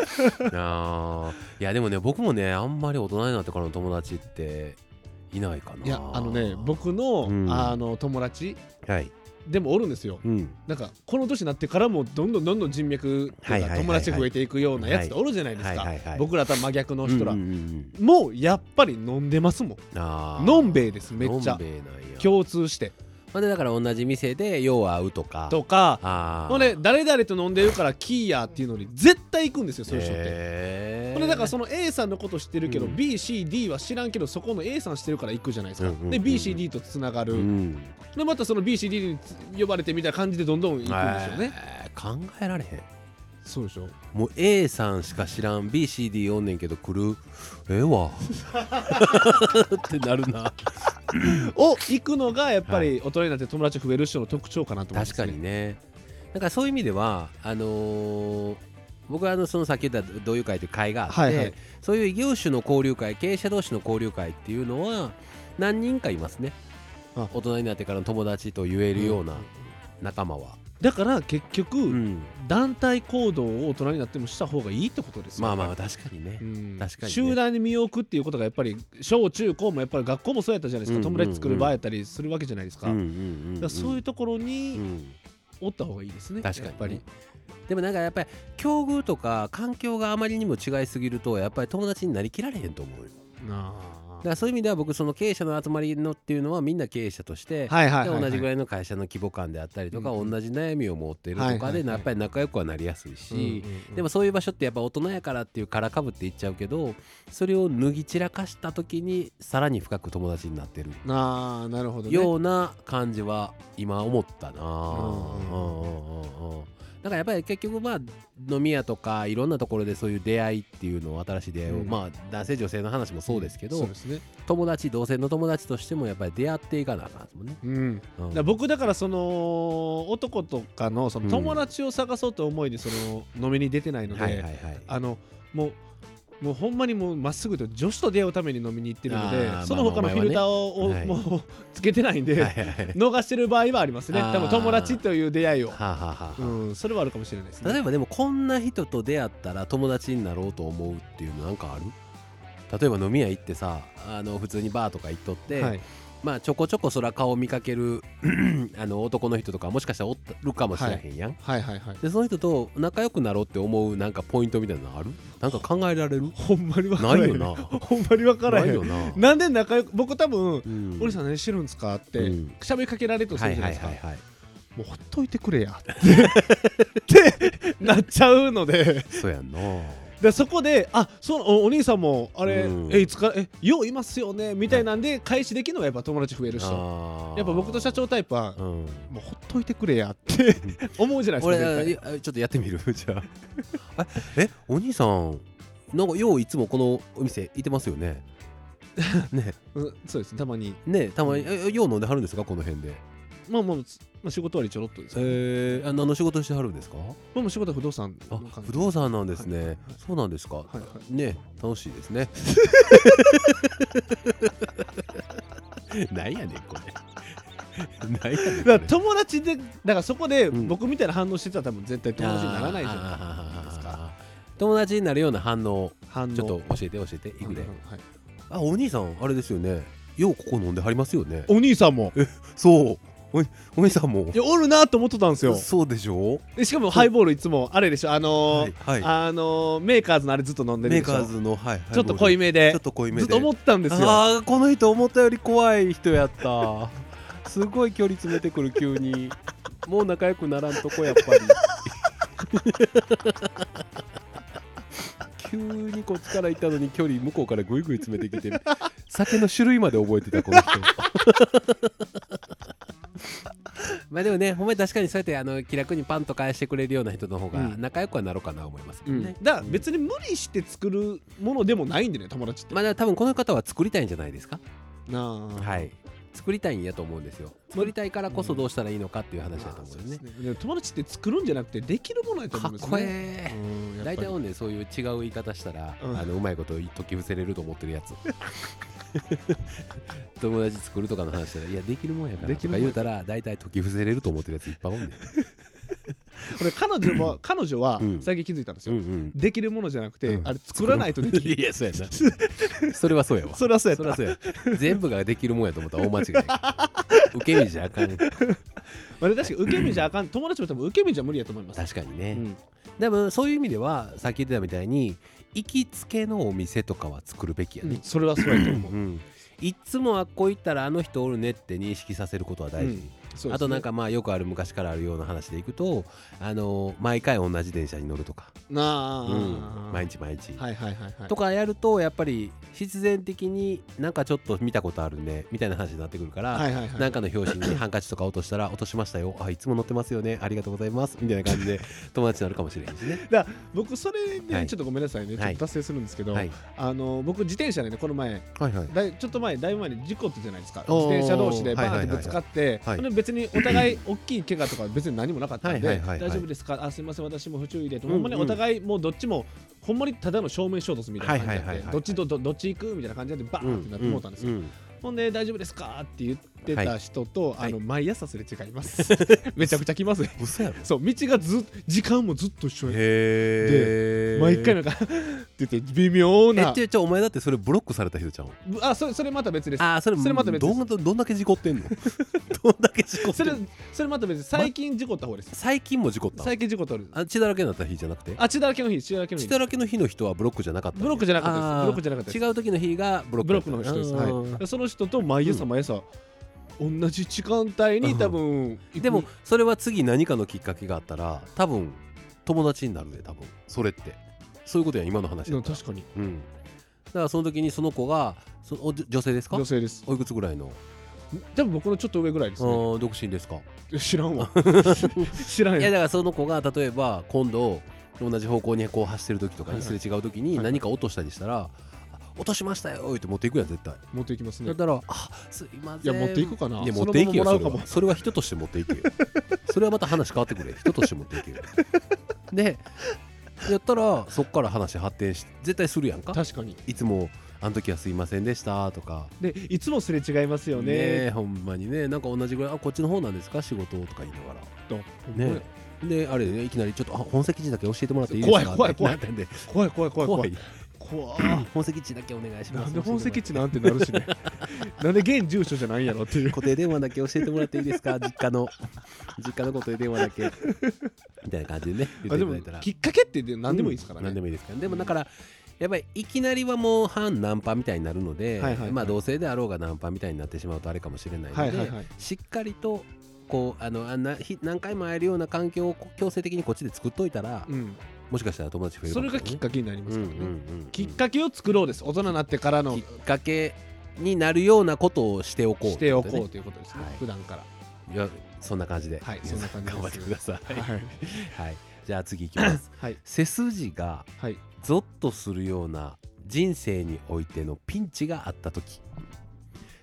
S2: あーいやでもね僕もねあんまり大人になってからの友達っていないかない
S1: いやあのね僕の、
S2: うん
S1: あの友達
S2: はい、
S1: でもおるんですよ
S2: うん、
S1: なんかこの年になってからもどんどんどんどん人脈と
S2: はいいうはいはい
S1: か
S2: はい
S1: 友達増えていくようなやつっておるじゃないです
S2: は
S1: か
S2: いはいはい
S1: 僕らとは真逆の人ら
S2: うんうんうん
S1: もうやっぱり飲んでますもん
S2: うんあー
S1: のんべいですめっち
S2: のん
S1: ゃ
S2: べいなんや
S1: 共通して
S2: まあねだから同じ店でよう会うとか
S1: とか
S2: ああ
S1: ほんで誰々と飲んでるからキーやっていうのに絶対行くんですよそういう人って。
S2: へー
S1: ほんでだからその A さんのこと知ってるけど、
S2: うん
S1: BCD は知らんけどそこの A さん知ってるから行くじゃないですか、
S2: うんうんうんうん
S1: で BCD とつながる、
S2: うん
S1: でまたその BCD に呼ばれてみたいな感じでどんどん行くんですよね、
S2: えー考えられへん
S1: そうでしょ
S2: もう A さんしか知らん BCD おんねんけど来るええわってなるな
S1: を行くのがやっぱり大人になって友達増える人の特徴かなと思うんで
S2: 確
S1: す
S2: か
S1: ね
S2: にねなんかそういう意味ではあのー僕はあのそのさっき言った同友会という会があって、
S1: はいはい
S2: そういう異業種の交流会経営者同士の交流会っていうのは何人かいますね
S1: あ
S2: 大人になってからの友達と言えるような仲間は、
S1: だから結局、
S2: うん
S1: 団体行動を大人になってもした方がいいってことですよ
S2: まあまあ確かにね、
S1: うん
S2: 確かにね
S1: 集団に身を置くっていうことがやっぱり小中高もやっぱり学校もそうやったじゃないですか、
S2: うんうんうん
S1: 友達作る場合やったりするわけじゃないですか,、
S2: うんうんうん
S1: だからそういうところ
S2: う
S1: に
S2: ん
S1: おった方がいいですね、
S2: 確かにね
S1: やっぱり
S2: でもなんかやっぱり境遇とか環境があまりにも違いすぎるとやっぱり友達になりきられへんと思うよ
S1: な
S2: だからそういう意味では僕その経営者の集まりのっていうのはみんな経営者として、
S1: はいはいはい
S2: で
S1: はい、
S2: 同じぐらいの会社の規模感であったりとか、
S1: うんうん
S2: 同じ悩みを持っていると
S1: は
S2: か
S1: いは
S2: で
S1: いはい
S2: やっぱり仲良くはなりやすいし、
S1: うんうんうん
S2: でもそういう場所ってやっぱ大人やからっていうからかぶっていっちゃうけどそれを脱ぎ散らかした時にさらに深く友達になってる
S1: ああなるほどね
S2: ような感じは今思ったな
S1: う
S2: うんうんうんうんだからやっぱり結局まあ飲み屋とかいろんなところでそういう出会いっていうのを新しい出会いを、
S1: うん
S2: まあ男性女性の話もそうですけど、
S1: そうですね、
S2: 友達同性の友達としてもやっぱり出会っていかなあかんですもんね、
S1: うん、だか
S2: うん
S1: ら僕だからその男とかのその友達を探そうと思いでその飲みに出てないので、
S2: はいはいはい
S1: あのもうもうほんまにもうまっすぐと女子と出会うために飲みに行ってるので
S2: あー
S1: その他の
S2: まあ
S1: フ
S2: まあ
S1: ィルターを、
S2: お前はね
S1: をもうつけてないんで、
S2: はいはいはい
S1: 逃してる場合はありますね
S2: あー
S1: 多分友達という出会いを、
S2: はあはあはあ
S1: う
S2: は
S1: ん、それはあるかもしれないです
S2: あ例え
S1: ね
S2: ばでもこんな人と出会ったら友達になろうと思うっていうのなんかある例えば飲み屋行ってさあの普通にバーとか行っとって、
S1: はい、
S2: まあちょこちょこ空顔を見かける あの男の人とかもしかしたらおったるかもしれへんやん、
S1: はいはいはい
S2: でその人と仲良くなろうって思うなんかポイントみたいなのあるなんか考えられる
S1: ほんまに分か
S2: な
S1: らへ
S2: いよ
S1: ん
S2: な
S1: ほんまに分から
S2: な
S1: へ
S2: い
S1: ん
S2: よな
S1: なんで仲良く僕多分
S2: うん
S1: 「俺さん何してるんですか?」って
S2: うん
S1: 喋りかけられるとす
S2: は
S1: る
S2: い
S1: じゃな
S2: はいい
S1: ですか
S2: はいはい
S1: もうほっといてくれやってってなっちゃうので
S2: そうやんな
S1: でそこであそのおお兄さんもあれ、
S2: うん
S1: えいつからえよういますよねみたいなんで開始できるのがやっぱ友達増える人
S2: あー
S1: やっぱ僕と社長タイプは、
S2: うん
S1: もうほっといてくれやって思うじゃないですか
S2: 俺
S1: 絶対
S2: いやちょっとやってみる じゃああえお兄さんなんかよういつもこのお店いてますよ ねね
S1: うんそうですたまに
S2: ねたまにえよう飲んではるんですかこの辺で
S1: まあまあ、つまあ、仕事終わりちょろっとですけど、
S2: えー、あ何の仕事してはるんですか
S1: まあまあ仕事は不動産の
S2: あ
S1: 関
S2: 不
S1: 係
S2: 動産なんですね、
S1: はいはい
S2: そうなんですか、
S1: はいは
S2: ね楽しいですねなんやねんこれなんやねん
S1: だから友達でだからそこで
S2: うん
S1: 僕みたいな反応してたら多分絶対友達にならないじゃな
S2: な
S1: い
S2: い
S1: ですか
S2: 友達になるような反応
S1: 反応
S2: ちょっと教えて教えていくで、
S1: うんうんはい
S2: あお兄さんあれですよねようここ飲んではりますよね
S1: お兄さんも
S2: そうおいお兄さんも
S1: いやおるなと思ってたんですよ
S2: そうでしょ
S1: でしかもハイボールいつもあれでしょあ
S2: は
S1: のー
S2: いはい
S1: あのーメーカーズのあれずっと飲んでる
S2: メ
S1: で
S2: ー
S1: しょ
S2: カーズのはい
S1: ちょっと濃いめで
S2: ちょっと濃いめで
S1: ずっと思ったんですよ
S2: ああこの人思ったより怖い人やった すごい距離詰めてくる急にもう仲良くならんとこやっ ぱり急にこっちから行ったのに距離向こうからぐいぐい詰めてきて酒の種類まで覚えてたこの人まあでもねほんまに確かにそうやってあの気楽にパンと返してくれるような人の方が
S1: うん
S2: 仲良くはなろうかな思いますけ
S1: う
S2: ど
S1: ん
S2: ね、
S1: だから別に無理して作るものでもないんでね友達って、
S2: まあでも多分この方は作りたいんじゃないですか
S1: なあ
S2: はい、作りたいんやと思うんですよ作りたいからこそどうしたらいいのかっていう話だと思うんですね,、
S1: でも友達って作るんじゃなくてできるものやと思
S2: か
S1: うん
S2: っ
S1: ですね
S2: こええ
S1: うんやっ
S2: 大
S1: ぱり
S2: 体ねそういう違う言い方したら、
S1: うん
S2: あのうまいこと解き伏せれると思ってるやつ 友達作るとかの話したらいやできるもんやから
S1: でき
S2: と
S1: るも
S2: か
S1: ん
S2: 言
S1: や
S2: うたら大体解き伏せれると思ってるやついっぱ いおんねん
S1: これ彼女は彼女は
S2: うん
S1: 最近気づいたんです
S2: うん
S1: よ、
S2: うん
S1: できるものじゃなくて、
S2: うん
S1: あれ作らないとでき る
S2: いやそうやなそれはそうやわ
S1: それはそうや
S2: それ
S1: っ
S2: は
S1: た
S2: そうや全部ができるもんやと思ったら大間 違いや受け身じゃあかん確
S1: まあ確かに受け身じゃあかん友達も多分受け身じゃ無理やと思います
S2: かにね、
S1: うん
S2: でもそういう意味ではさっき言ってたみたいに行きつけのお店とかは作るべきや
S1: うん
S2: ね、
S1: それはそうやと
S2: う
S1: 思
S2: ん
S1: う
S2: いっつもあっこ行ったらあの人おるねって認識させることは大事、
S1: うんそうですね
S2: あとなんかまあよくある昔からあるような話でいくとあの毎回同じ電車に乗るとか、
S1: なあ、
S2: うん毎
S1: 日
S2: 日毎日、
S1: はいはいはいはい
S2: とかやるとやっぱり必然的になんかちょっと見たことあるねみたいな話になってくるから、
S1: はいはいはい
S2: なんかの表紙にハンカチとか落としたら落としましたよあいつも乗ってますよねありがとうございますみたいな感 じで友達になるかもしれへんしね
S1: 僕それで、
S2: はい
S1: ちょっとごめんなさいねちょ
S2: は
S1: っ
S2: い
S1: と達成するんですけど、
S2: はい
S1: あの僕自転車でねこの前
S2: はいはい
S1: だいちょっと前だいぶ前に事故ったじゃないですか自
S2: おー
S1: 転車同士でバーン
S2: は
S1: っ
S2: い
S1: て
S2: はいはいはい
S1: ぶつかって、
S2: はい
S1: それで別にお互い大きい怪我とか別に何もなかったんで、
S2: はいはいはいはい
S1: 大丈夫ですかあすいません私も不注意でと、
S2: うんうん
S1: ほんまにお互いもうどっちもほんまにただの正面衝突みたいな感じ
S2: はいはいはいは
S1: で
S2: いはい
S1: どっちどどどっち行くみたいな感じでバーンってなってもうたんですよ、
S2: うう
S1: ほんで大丈夫ですかって言ってた人と、
S2: はい
S1: あの毎朝すれ違い ます、めちゃくちゃ来ますね
S2: うん嘘やろ
S1: そう道がずっ時間もずっと一緒や
S2: へ
S1: 毎回なんかって言って微妙
S2: え
S1: な
S2: ちょちょお前だってそれブロックされた人ちゃうん
S1: あそれそれまた別です
S2: あーそれ
S1: それまた別で
S2: ど
S1: す
S2: んどんどんだけ事故ってん のどんだけ事故って
S1: そ
S2: ん
S1: れ
S2: の
S1: それまた別です最近事故った方です
S2: 最近も事故ったの
S1: 最近事故った方です
S2: あ血だらけになった日じゃなくて
S1: あ血だらけの日血だらけの日
S2: 血だらけの日の人はブロックじゃなかったんや
S1: ブロックじゃなかったです
S2: あー
S1: ブロックじゃなかったです
S2: 違う時の日がブロック
S1: ブロックの人です、
S2: あー
S1: はい、その人と毎朝
S2: う
S1: 毎朝、同じ時間帯に多分行く
S2: でもそれは次何かのきっかけがあったら多分友達になるで多分それってそういうことや今の話
S1: で
S2: だ
S1: も
S2: ったら
S1: 確かに
S2: うんだからその時にその子がそお女女性ですか
S1: 女性です
S2: おいくつぐらいの
S1: 多分僕のちょっと上ぐらいです
S2: あ
S1: ね
S2: ー独身ですか
S1: 知らん わ知らん
S2: いや
S1: よ
S2: だからその子が例えば今度同じ方向にこう走ってる時とかに
S1: はい
S2: す
S1: は
S2: れ
S1: い
S2: 違う時
S1: はい
S2: に
S1: はい
S2: 何か落としたりしたら、あ落としましたよって持っていくやん絶対、
S1: 持っていきます
S2: だ
S1: ね
S2: ったらあすいま
S1: い
S2: せ
S1: や
S2: ん
S1: 持っていくかない
S2: や持っていけよそれ
S1: そのままもらうかも
S2: はそれは人として持っていけ よそれはまた話変わってくれ人として持っていけよでやったらそっから話発展し絶対するやんか
S1: 確かに
S2: いつもあの時はすいませんでしたとか
S1: でいつもすれ違いますよね
S2: えほんまにねなんか同じぐらいあこっちの方なんですか仕事とか言いながら
S1: と
S2: ね、であれねいきなりちょっとあ本籍地だけ教えてもらっていいです
S1: 怖い
S2: か
S1: 怖い怖い
S2: ってなってんで
S1: 怖い怖い怖い怖
S2: 怖
S1: い
S2: い
S1: 怖
S2: 本籍地だけお願いし
S1: な
S2: ます
S1: んで本籍地なんてな るしねなんで現住所じゃないんやろっていう
S2: 固定電話だけ教えてもらっていいですか実家の実家の固定電話だけみたいな感じでね言
S1: あ
S2: っていた
S1: で
S2: だ
S1: も
S2: いたら
S1: きっかけって何でもいいですから
S2: うん何で
S1: ね
S2: もいいですからでもだからやっぱりいきなりはもう反ナンパみたいになるので、
S1: はいはいはい
S2: まあ同性であろうがナンパみたいになってしまうとあれかもしれないので、
S1: はいはいはい
S2: しっかりとこうあのあんなひ何回も会えるような環境をこう強制的にこっちで作っといたら、
S1: うん
S2: もしかしたら友達増える
S1: そ
S2: かも
S1: れ
S2: しれないね
S1: がきっかけになりますか
S2: うん
S1: ら
S2: うん
S1: ね
S2: うんうん
S1: きっかけを作ろうです大人になってからの
S2: きっかけになるようなことをしておこう
S1: してお
S2: って
S1: こ
S2: ね
S1: うということですね
S2: はい
S1: 普段から
S2: いやそんな感じで、
S1: はい
S2: 皆さん
S1: そんな
S2: 頑張
S1: 感
S2: っ
S1: じ
S2: て
S1: です
S2: ください、はい
S1: はい
S2: じゃあ次いきます
S1: はい
S2: 背筋が
S1: はい
S2: ゾッとするような人生においてのピンチがあった時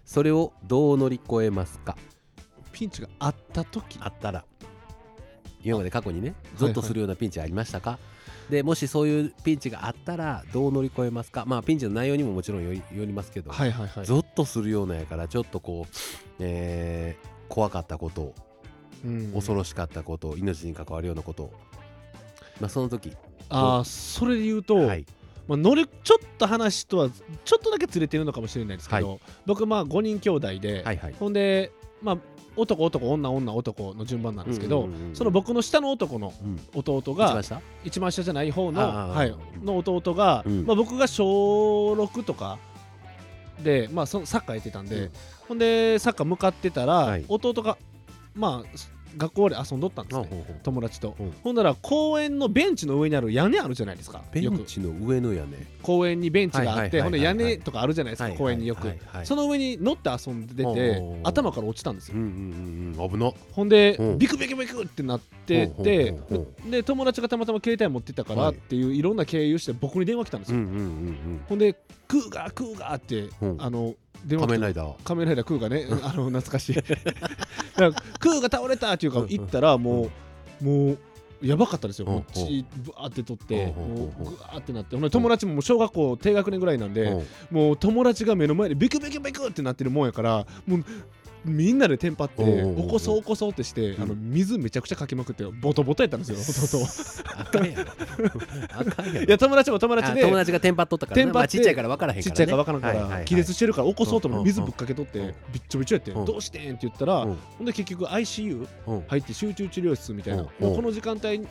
S2: それをどう乗り越えますか
S1: ピンチがあった時
S2: あったら今まで過去にねゾッとするようなピンチありましたか、でもしそういうピンチがあったらどう乗り越えますかまあピンチの内容にももちろんよりよりますけど、
S1: はいはいはい
S2: ゾッとするようなやからちょっとこう、えー怖かったこと
S1: うん
S2: 恐ろしかったこと命に関わるようなこと、まあ、その時
S1: ああそれで言うと
S2: はい
S1: まあ、乗るちょっと話とはちょっとだけずれてるのかもしれないですけど、僕まあ5人兄弟で、
S2: はいはい
S1: ほんでまあ男男女女男の順番なんですけど、
S2: うんうんうん
S1: その僕の下の男の
S2: うん
S1: 弟
S2: 一
S1: が
S2: 番下
S1: 一番下じゃない方の,、
S2: あー
S1: はい、の弟が、
S2: うん
S1: まあ、僕が小6とかで、まあ、そのサッカーやってたんで、
S2: うん
S1: ほんでサッカー向かってたら、
S2: はい
S1: 弟がまあす学校で遊んどったんです
S2: あ
S1: ね
S2: ほうほう
S1: 友達と、
S2: うん
S1: ほんなら公園のベンチの上にある屋根あるじゃないですか
S2: ベ
S1: よ
S2: ン
S1: く
S2: チの上の屋根
S1: 公園にベンチがあって、
S2: はいはいはいはい
S1: ほんで屋根とかあるじゃないですか、
S2: はい
S1: 公園によく、
S2: はいはいはい
S1: その上に乗って遊んで
S2: お
S1: て
S2: ー
S1: 頭から落ちたんですよ
S2: うんうんうんうん危なっ
S1: ほんで、
S2: うん
S1: ビクビクビクってなって
S2: ほうほうほう
S1: で
S2: ほう
S1: で友達がたまたま携帯持ってったから
S2: は
S1: っ
S2: い
S1: ていう、い、ろんな経由して僕に電話来たんです
S2: うん
S1: よ、
S2: うんうん
S1: ほんで「クーガークーガー」って、
S2: うん
S1: あの
S2: う
S1: 電
S2: ん
S1: 話
S2: 仮面
S1: 来て
S2: ライダー
S1: 仮面ライダークーがねあの懐かしいだからクーが倒れたっていうか
S2: うんうん
S1: 行ったらもう、もうやばかったですよ、
S2: うん
S1: もう血ぶわーって取って、
S2: うん
S1: も
S2: うん
S1: うぐわーってなってほんで友達ももう小学校低学年ぐらいなんで、
S2: うん
S1: もう友達が目の前でビクビクビクってなってるもんやからもうみんなでテンパって
S2: おうおうおう
S1: 起こそう起こそうってして、
S2: うん
S1: あの水めちゃくちゃかきまくってボトボトやった んですよ弟
S2: あかんやろあか んやろ
S1: いや友達も友達
S2: あ
S1: で
S2: 友達がテンパっとったから
S1: テン
S2: な
S1: パ
S2: ま
S1: っ
S2: あ
S1: て
S2: ちっちゃいから分からへん
S1: ち
S2: か
S1: っ
S2: ら
S1: ちゃいから分からんか
S2: はいはいは
S1: ら
S2: い
S1: 気絶してるから起こそうと思って
S2: う
S1: 水
S2: んうん
S1: ぶっかけとって
S2: うん
S1: びっちょびちょやって
S2: うん
S1: どうしてんって言ったら
S2: う
S1: ほ
S2: ん
S1: んで結局 ICU
S2: うん
S1: 入って集中治療室みたいな
S2: うん
S1: もうこの時間帯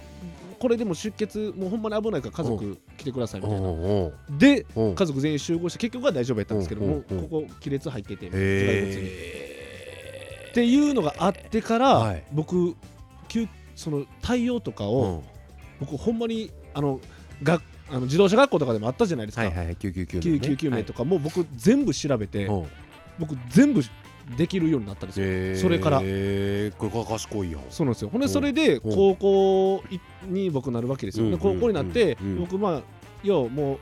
S1: これでも出血もうほんまに危ないから家
S2: う
S1: 族来てくださいみ
S2: う
S1: たいなん
S2: うん
S1: で
S2: うん
S1: 家族全員集合して結局は大丈夫やったんですけども
S2: うんうんう
S1: こ
S2: ん
S1: こ亀裂入ってて頭蓋骨に
S2: へ
S1: っていうのがあってから、
S2: はい
S1: 僕救その対応とか
S2: ーう
S1: を、
S2: ん
S1: 僕ほんまにあのがあの自動車学校とかでもあったじゃないですか、
S2: はいはいはい999
S1: 救急救命とかも僕全部調べて、
S2: かうん
S1: 僕全部できるようになったんですよ。
S2: へー
S1: それから
S2: これが賢いやん
S1: そうなんですよほんで
S2: うん
S1: それで
S2: うん
S1: 高校いに僕なるわけですよ。で
S2: うんうんう
S1: 高
S2: ん
S1: 校になって、
S2: うん
S1: 僕まあ要はもう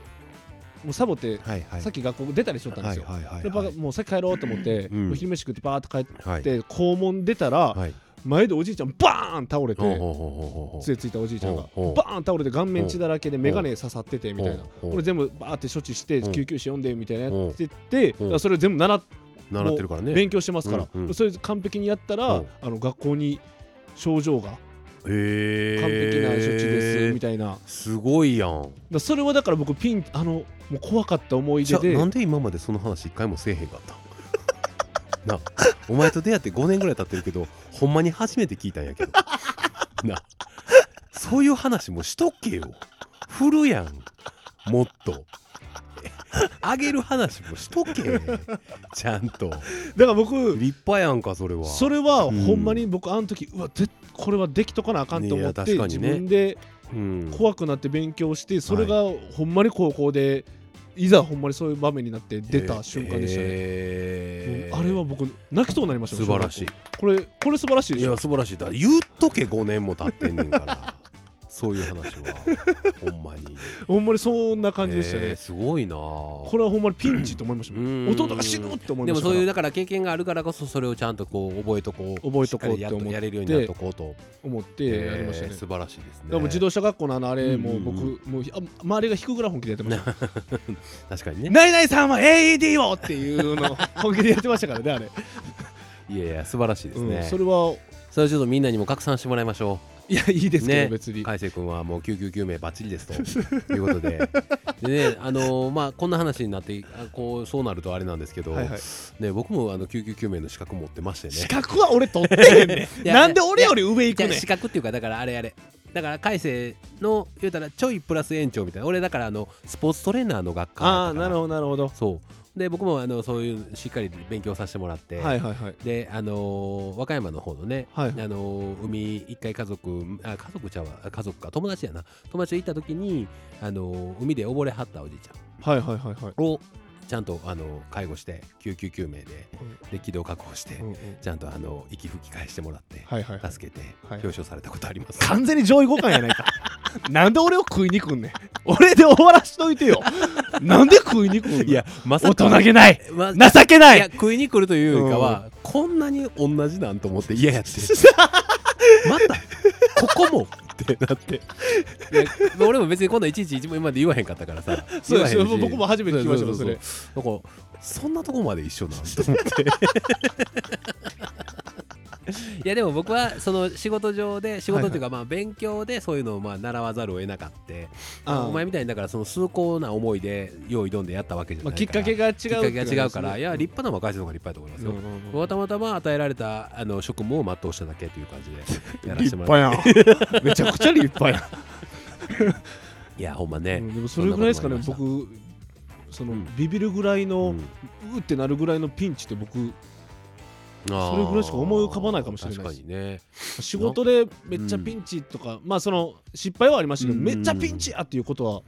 S1: もうサボって、
S2: はいはい
S1: さっき学校出たりしとったんですよ。
S2: はいはいはい
S1: やっぱもう先帰ろうと思って、
S2: うん
S1: お昼飯食ってバーッと帰っ
S2: はい
S1: て校門出たら、
S2: はい
S1: 前でおじいちゃんバーン倒れて、
S2: ほうほうほうほうほう
S1: 杖ついたおじいちゃんがバ
S2: おうおう
S1: ーン倒れて顔面血だらけで眼鏡刺さっててみたい
S2: お
S1: な
S2: うおう
S1: これ全部バーって処置して
S2: おう
S1: 救急車呼んでみたいなやってて
S2: おう
S1: だからそれを全部習っ
S2: 習ってるからね
S1: 勉強してますから
S2: うんうん
S1: それ完璧にやったら
S2: おう
S1: あの学校に症状が
S2: へー
S1: 完璧な処置ですみたいなだか
S2: すごいやん
S1: らそれはだから僕ピンあのもう怖かった思い
S2: じ
S1: 出
S2: ゃあ
S1: で
S2: なんで今までその話一回もせえへんかった んなあお前と出会って5年ぐらい経ってるけどほんまに初めて聞いたんやけど なあそういう話もしとけよ振るやんもっとあげる話もしとけちゃんと
S1: だから僕
S2: 立派やんかそれは
S1: それはほんまに僕あの時うわぜこれはできとかなあかんと思っ
S2: いや確
S1: て
S2: か
S1: 自
S2: にね
S1: 分で
S2: うん
S1: 怖くなって勉強してそれがほんまに高校でいざほんまにそういう場面になって出た瞬間でしたね、
S2: へー
S1: うんあれは僕泣きそうになりました
S2: 素
S1: よ
S2: 晴らし
S1: 小
S2: い
S1: 学校これこれ素晴らしいで
S2: い
S1: しょ
S2: や素晴らしいだ言っとけ5年も経ってんねんからそういう話はほんまに
S1: ほんまにそんな感じでしたね、
S2: えーすごいな
S1: これはほんまにピンチと思いました、
S2: うん
S1: 弟が死ぬって思い
S2: で
S1: ま
S2: もそ
S1: したか
S2: う
S1: ら
S2: いうだから経験があるからこそそれをちゃんとこう覚えとこう
S1: 覚えとこう
S2: しっかりや
S1: って思って
S2: やれるようになっとこうと
S1: 思ってやりました
S2: え
S1: ね
S2: ー、素晴らしいですね
S1: でも自動車学校のあのあれ
S2: うん
S1: もう僕、
S2: うん
S1: もうあ周りが引くぐらい本気でやってました
S2: 確かに
S1: 「
S2: ね
S1: ナイナイさんは AED を!」っていうのを本気でやってましたからねあれ、
S2: いやいや素晴らしいです
S1: うん、
S2: ね、
S1: それは
S2: それをちょっとみんなにも拡散してもらいましょ
S1: いやいいですけど、
S2: ね
S1: 別に、
S2: う海星君はもう救急救命バッチリですということででねあのーまあこんな話になってあこうそうなるとあれなんですけど、
S1: はいはい
S2: ね僕もあの救急救命の資格持ってましてね
S1: 資格は俺取ってへんねん
S2: いや
S1: なんで俺より上行
S2: じ
S1: く
S2: ゃあ
S1: ねん
S2: 資格っていうかだからあれあれだから海星の言うたらちょいプラス園長みたいな俺だからあのスポーツトレーナーの学科や
S1: あ
S2: ったから
S1: あなるほどなるほど
S2: そうで僕もあのそういうしっかり勉強させてもらって、
S1: はいはいはい
S2: であのー和歌山の方のね、
S1: はいはい
S2: あのー海一回家族あ家族ちゃうわあ家族か友達やな友達と行った時にあのー海で溺れはったおじいちゃ
S1: はいはいはいはい
S2: んをちゃんとあのー介護して救急救命でで気道確保して、
S1: うんうん
S2: ちゃんとあのー息吹き返してもらって、
S1: はいはいはい
S2: 助けて
S1: はい
S2: 表彰されたことあります、
S1: 完全に上位互換や ないかなんで俺を食いに来んねん俺で終わらしとい てよなんで食いに来んねん
S2: いや、まさ
S1: 大
S2: か。
S1: 人げない
S2: ま
S1: 情けないい
S2: や、 食いに来るというよりかは、こんなに同じなんと思って嫌やって。ま た、ここもってなって。いや俺も別に今度いちいち今まで言わへんかったからさ。
S1: そうです
S2: 言わへんし
S1: 僕も初めて聞きましたもん
S2: ううううだから、そんなとこまで一緒なんと思って。いやでも僕はその仕事上で仕事っていうかまあ勉強でそういうのをまあ習わざるを得なかって
S1: あ
S2: お前みたいにだからその崇高な思いで用意どんでやったわけじゃ
S1: ま
S2: な
S1: あ、
S2: い
S1: きっ
S2: から
S1: かけが違う
S2: きっかけが違うからいや立
S1: 派
S2: 派な若い人の方が立派やと思いますよ僕は
S1: 派
S2: たまたま与えられたあの職務を全うしただけという感じでやらせて
S1: 立
S2: もらっ
S1: 派やん めちゃくちゃ立派やん
S2: ていやほんま
S1: う
S2: ね
S1: んでもそれぐらいですかね
S2: そんなこと
S1: 僕その
S2: うん
S1: ビビるぐらいの、う
S2: うん
S1: ーってなるぐらいのピンチって僕
S2: あー
S1: それぐらいしか思い浮かばないかもしれないで
S2: 確
S1: す
S2: かにね
S1: 仕事でめっちゃピンチとか、まあその失敗はありましたけど、
S2: うん
S1: めっちゃピンチやっていうことは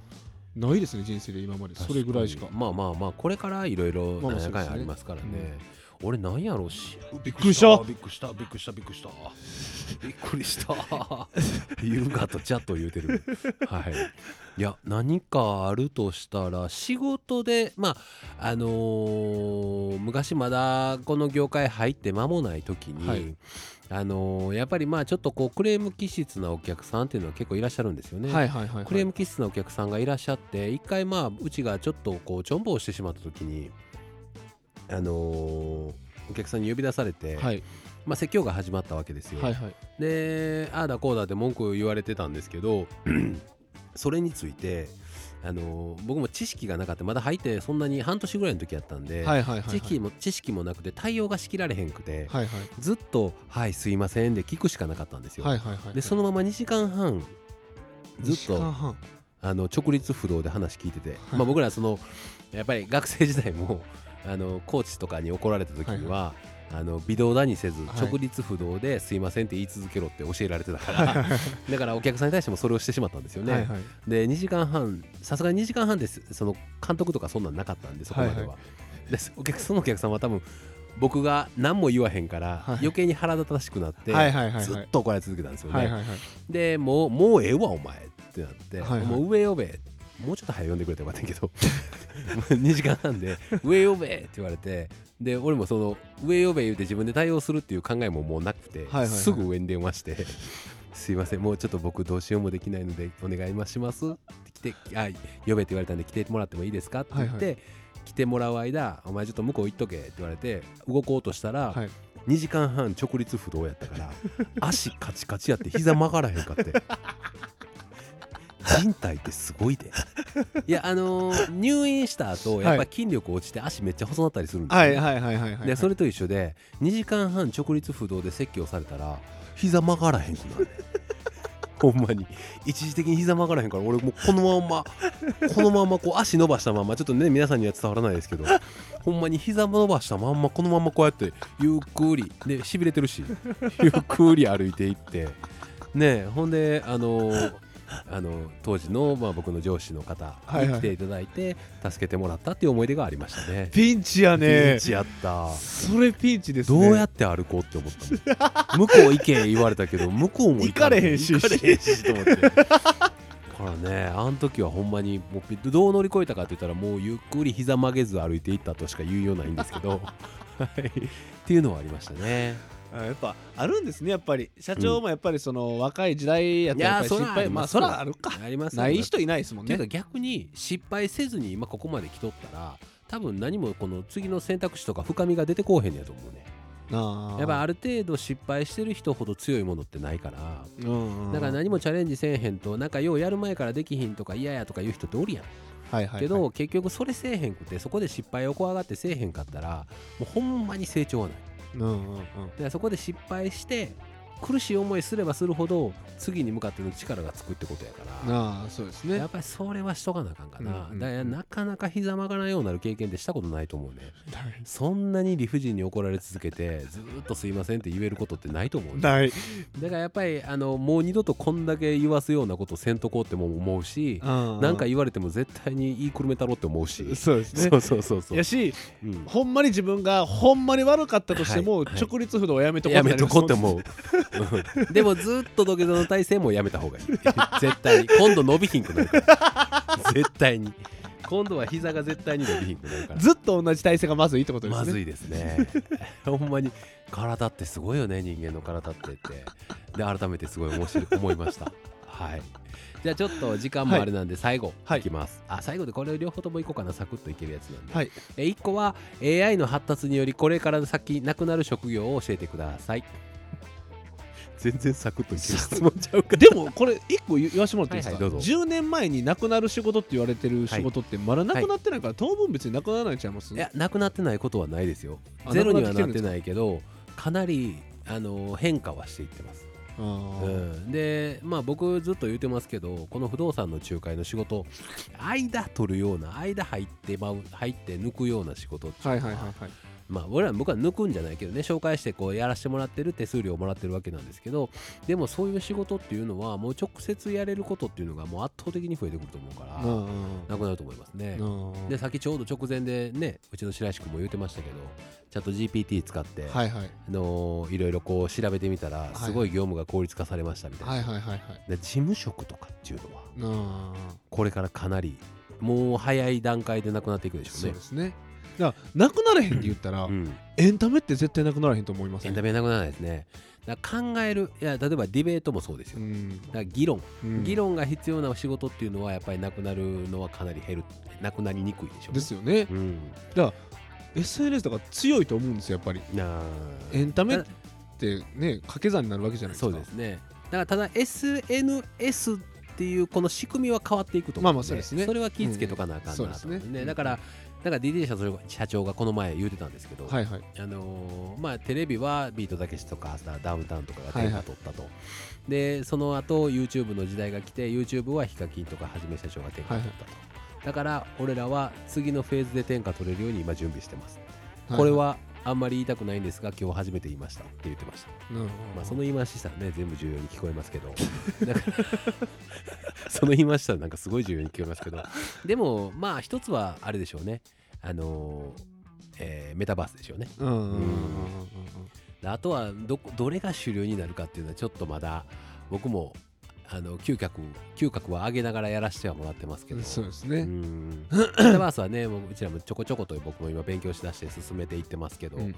S1: ないですね人生で今までそれぐらいしか
S2: 確にまあまあまあこれからいろいろ
S1: まあまあ
S2: 何やかんや
S1: そうですね
S2: ありますからね俺なんやろうしびっ
S1: くりした
S2: びっくりしたびっくりしたびっくりしたびっくりした優雅とチャッ と言うてるはいいや何かあるとしたら仕事でまああのー昔まだこの業界入って間もない時に、
S1: はい
S2: あのーやっぱりまあちょっとこうクレーム気質なお客さんっていうのは結構いらっしゃるんですよね。
S1: はいはいはい、はい、
S2: クレーム気質なお客さんがいらっしゃって一回まあうちがちょっとこうちょんぼをしてしまった時にあのーお客さんに呼び出されて、
S1: はい
S2: まあ、説教が始まったわけですよ、
S1: はいはい
S2: でああだこうだって文句を言われてたんですけど それについて、あのー僕も知識がなかったまだ入ってそんなに半年ぐらいの時やったんで、
S1: はいはいはいはい
S2: 知識も知識もなくて対応がしきられへんくて、
S1: はいはい
S2: ずっと「はいすいません」で聞くしかなかったんですよ、
S1: はいはいはい
S2: でそのまま2時間半ずっと
S1: と
S2: あの直立不動で話聞いてて、
S1: い
S2: まあ、僕らそのやっぱり学生時代も あのコーチとかに怒られた時には、あの微動だにせず
S1: はい
S2: 直立不動ですいませんって言い続けろって教えられてたから、 だからお客さんに対してもそれをしてしまったんですよね。
S1: はいはい
S2: で2時間半さすがに2時間半ですその監督とかそんなんなかったんでそこまでは。
S1: はいは
S2: でそお客そのお客さんは多分僕が何も言わへんから、
S1: はい
S2: 余計に腹立たしくなって、
S1: はいはいはいはい
S2: ずっと怒られ続けたんですよね。
S1: はいはいはい
S2: でもうもうええわお前ってなって、
S1: はいはい
S2: もう上呼べもうちょっと早く呼んでくれてよかったんやけど2時間半で上呼べって言われてで俺もその上呼べ言うて自分で対応するっていう考えももうなくて、
S1: はいはい
S2: すぐ上に電話して「すいませんもうちょっと僕どうしようもできないのでお願いします」って来て「あ呼べ」って言われたんで来てもらってもいいですかって言って、
S1: は
S2: 来てもらう間「お前ちょっと向こう行っとけ」って言われて動こうとしたら、
S1: はい
S2: 2時間半直立不動やったから 足カチカチやって膝曲がらへんかって人体ってすごいでいやあのー入院した後やっぱ筋力落ちて足めっちゃ細なったりするんですよ、
S1: はいはいはいはいはい
S2: でそれと一緒で2時間半直立不動で説教されたら膝曲がらへんくなるね ほんまに一時的に膝曲がらへんから俺もうこのまんまこのまんまこう足伸ばしたまんまちょっとね皆さんには伝わらないですけどほんまに膝伸ばしたまんまこのまんまこうやってゆっくりでしびれてるしゆっくり歩いていってねえほんであのあの当時の、まあ、僕の上司の方
S1: はい
S2: に
S1: はい
S2: 来ていただいて、助けてもらったっていう思い出がありましたね。
S1: ピンチや
S2: ピン
S1: ね
S2: チやった
S1: それピンチです
S2: ど
S1: ね
S2: うやって歩こうって思ったの 向こう行け言われたけど向こうも
S1: 行かれへんし
S2: 行かれへんしと思ってだからねあの時はほんまにもうどう乗り越えたかって言ったらもうゆっくり膝曲げず歩いていったとしか言うようないんですけ どはいっていうのはありましたね
S1: あやっぱあるんですねやっぱり社長もやっぱりその若い時代やったらやっぱり失敗まあそらあるか
S2: ありますよ
S1: ない人いないですもん
S2: てい
S1: ね
S2: うか逆に失敗せずに今ここまで来とったら多分何もこの次の選択肢とか深みが出てこうへんやと思うね
S1: あー
S2: やっぱある程度失敗してる人ほど強いものってないから
S1: うんうん
S2: だから何もチャレンジせえへんとなんかようやる前からできひんとか嫌やとか言う人っておるやん、
S1: はいはいはい
S2: けど結局それせえへんくてそこで失敗を怖がってせえへんかったらもうほんまに成長はない
S1: うんうんうん
S2: だからそこで失敗して苦しい思いすればするほど次に向かっての力がつくってことやから
S1: ああそうですね
S2: やっぱりそれはしとかなあかんかな、
S1: うんうん
S2: だからなかなか膝曲がらんようになる経験ってしたことないと思うねそんなに理不尽に怒られ続けてずーっとすいませんって言えることってないと思うね
S1: ない
S2: だからやっぱりあのもう二度とこんだけ言わすようなことせんとこうっても思うし
S1: な
S2: 何か言われても絶対に言いくるめたろうって思うし、
S1: そうですね
S2: そうそうそうそう
S1: やし
S2: うん
S1: ほんまに自分がほんまに悪かったとしても
S2: はいはい
S1: 直立不動はやめとこう
S2: やめとこうって
S1: う
S2: 思ううん でもずっと土下座の体勢もやめた方がいい 絶対に今度伸びひんくなるから絶対に今度は膝が絶対に伸びひんくなるから
S1: ずっと同じ体勢がまずいってことですね
S2: まずいです ねほんまに体ってすごいよね人間の体ってってで改めてすごい面白い思いましたはいじゃあちょっと時間もあれなんで最後
S1: はい
S2: いきます、あ最後でこれ両方ともいこうかなサクッといけるやつなんで、
S1: はい
S2: え1個は AI の発達によりこれから先なくなる職業を教えてください全然サクッといける質問ちゃうか
S1: でもこれ一個言わしてもらっていいですか、
S2: はいはいどうぞ
S1: 10年前になくなる仕事って言われてる仕事ってまだなくなってないから、当分別になくならないちゃいます
S2: いやなくなってないことはないですよ
S1: あ
S2: ゼロには
S1: なくな
S2: な
S1: っ
S2: って
S1: きて
S2: て
S1: るんですか
S2: ないけどかなりあの変化はしていってます、
S1: あ
S2: う
S1: ー
S2: ん、でまあ僕ずっと言ってますけどこの不動産の仲介の仕事間取るような間入ってまう入って抜くような仕事っていうの
S1: はいはいはいはい
S2: まあ、俺ら僕は抜くんじゃないけどね紹介してこうやらしてもらってる手数料をもらってるわけなんですけどでもそういう仕事っていうのはもう直接やれることっていうのがもう圧倒的に増えてくると思うから、
S1: うん
S2: なくなると思いますね。
S1: うんうん
S2: でさっきちょうど直前でねうちの白石君も言ってましたけどチャット GPT 使って、
S1: はいはい
S2: あのーいろいろこう調べてみたら
S1: い
S2: すごい業務が効率化されましたみたいな、
S1: はいはいはいはい
S2: で事務職とかっていうのは
S1: あー
S2: これからかなりもう早い段階でなくなっていくでしょう
S1: そう
S2: ね
S1: で。すねだからなくならへんって言ったら、
S2: うん
S1: エンタメって絶対なくならへんと思います
S2: エンタメなくならないですね。だから考える、いや例えばディベートもそうですよ。
S1: う
S2: だ
S1: ん
S2: から議論、
S1: うん
S2: 議論が必要な仕事っていうのはやっぱりなくなるのはかなり減る、なくなりにくいでしょう。
S1: ですよね、
S2: うん。
S1: SNS とか強いと思うんですよやっぱり
S2: なあ
S1: エンタメってね掛け算になるわけじゃないです
S2: そ
S1: か
S2: うですね。だからただ SNS っていうこの仕組みは変わっていくと思う
S1: まあ
S2: ん
S1: まあそうですね
S2: それは気ぃつけとかなあかんなと思う
S1: うんそうですね
S2: だから、だから DD 社長が社長がこの前言うてたんですけど、
S1: はいはい
S2: あのーまあテレビはビートたけしとかさダウンタウンとかが天下取ったと、でその後 YouTube の時代が来て YouTube はヒカキンとかはじめ社長が天下取ったと、だから俺らは次のフェーズで天下取れるように今準備してます、これはあんまり言いたくないんですが今日初めて言いましたって言ってました、
S1: なるほど
S2: まあ、その言い回しさね全部重要に聞こえますけ どだからその言い回しさなんかすごい重要に聞こえますけどでもまあ一つはあれでしょうねあのーえーメタバースでしょうね
S1: うんうんうんうんうん
S2: であとはどこどれが主流になるかっていうのはちょっとまだ僕もあの嗅覚嗅覚は上げながらやらせてはもらってますけ
S1: う
S2: ど
S1: んそうです
S2: う
S1: ね、
S2: んメタバースはねもううちらもちょこちょこと僕も今勉強しだして進めていってますけど、
S1: うんうん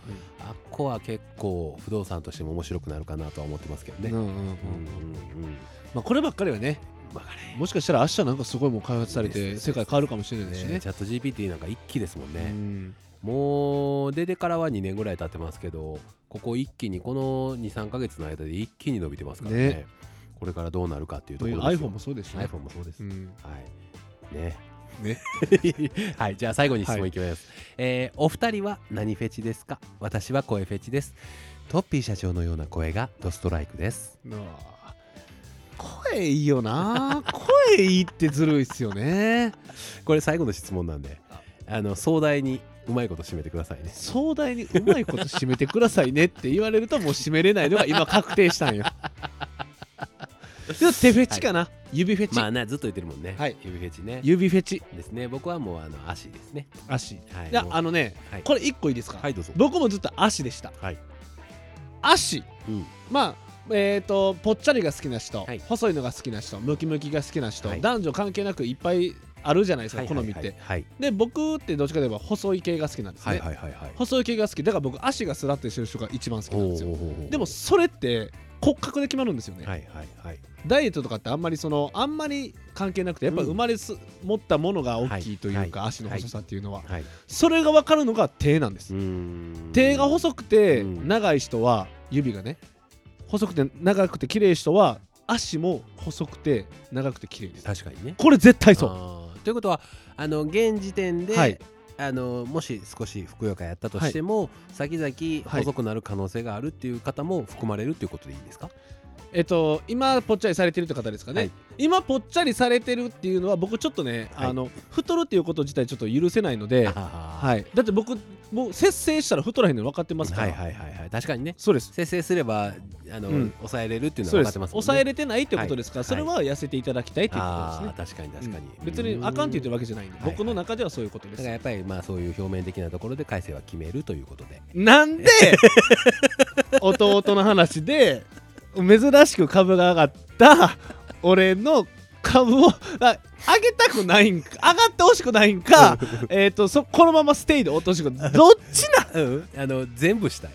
S2: あっこは結構不動産としても面白くなるかなとは思ってますけどね。
S1: うんうんうんうん
S2: うんうんうん
S1: まあこればっかりはね
S2: わかる
S1: もしかしたら明日なんかすごいもう開発されて世界変わるかもしれないし
S2: ね
S1: ね
S2: チャット GPT なんか一気ですもん
S1: う
S2: ね、
S1: ん
S2: もう出てからは2年ぐらい経ってますけどここ一気にこの23か月の間で一気に伸びてますからね
S1: ね
S2: これからどうなるかっていうと
S1: こう
S2: こ
S1: いう
S2: ろ
S1: iPhone もそうですしね
S2: iPhone もそうです、
S1: うん
S2: はい。ね。
S1: ね。
S2: はい。じゃあ最後に質問いきます。えーお二人は何フェチですか私は声フェチです。トッピー社長のような声がドストライクです。
S1: なあ声いいよな声いいってずるいっすよね
S2: これ最後の質問なんで、あの壮大にうまいこと締めてくださいね。
S1: 壮大にうまいこと締めてくださいねって言われるともう締めれないのが今確定したんよでも手フェチかな、指フェチ、
S2: まあなずっと言ってるもんね。
S1: はい
S2: 指フェチね。
S1: 指フェチ
S2: ですね。僕はもうあの足ですね。
S1: 足い
S2: はい。
S1: や
S2: もう
S1: あのね
S2: はい
S1: これ一個いいですか、
S2: はいどうぞ。
S1: 僕もずっと足でした
S2: はい。
S1: 足
S2: うん。
S1: まあえー、とぽっちゃりが好きな人、
S2: はい
S1: 細いのが好きな人ムキムキが好きな人、
S2: はい
S1: 男女関係なくいっぱいあるじゃないですか、好みって、
S2: はい。
S1: で僕ってどっちかといえば細い系が好きなんですね、
S2: はいはいはいはい。
S1: 細い系が好きだから僕足がスラッとしてる人が一番好きなんですよでも
S2: は
S1: それって骨格で決まるんですよね、
S2: いはいはい。
S1: ダイエットとかってあんまりそのあんまり関係なくてやっぱ
S2: うん
S1: 生まれす、持ったものが大きいというか、
S2: はいはい
S1: 足の細さっていうのは、
S2: はい。
S1: それが分かるのが手なんです、手が細くて
S2: うん
S1: 長い人は指がね細くて長くて綺麗い人は足も細くて長くて綺麗です
S2: 確かにね。
S1: これ絶対そう
S2: あーということはあの現時点で、
S1: はい
S2: あのもし少しふくよかやったとしても、先々
S1: はい
S2: 細くなる可能性があるっていう方も含まれるっていうことでいいんですか、
S1: えっと今ぽっちゃりされてるって方ですかね、
S2: はい
S1: 今ぽっちゃりされてるっていうのは僕ちょっとね、
S2: はい
S1: あの太るっていうこと自体ちょっと許せないので、
S2: は
S1: はい、だって僕もう節制したら太らへんの分かってますか
S2: は
S1: ら、
S2: いはいはいはい確かにね
S1: そうです
S2: 節制すればあの、
S1: うん
S2: 抑えれるっていうの
S1: そ
S2: は
S1: う
S2: 分か
S1: で
S2: っ
S1: す
S2: てますもんね
S1: 抑えれてないってことですから、
S2: はい
S1: それは痩せていただきたいっていうことです
S2: あ
S1: ね
S2: ー確かに確かに、
S1: うん別にあかんって言ってるわけじゃないんで、
S2: うん
S1: 僕の中ではそういうことで
S2: だ
S1: す、
S2: からやっぱりまあそういう表面的なところで改正は決めるということで
S1: なんで 弟の話で珍しく株が上がった俺の株をあ上げたくないんか上がってほしくない んかえーとそこのままステイで落としてくるどっち
S2: う
S1: な
S2: んあの全部 したい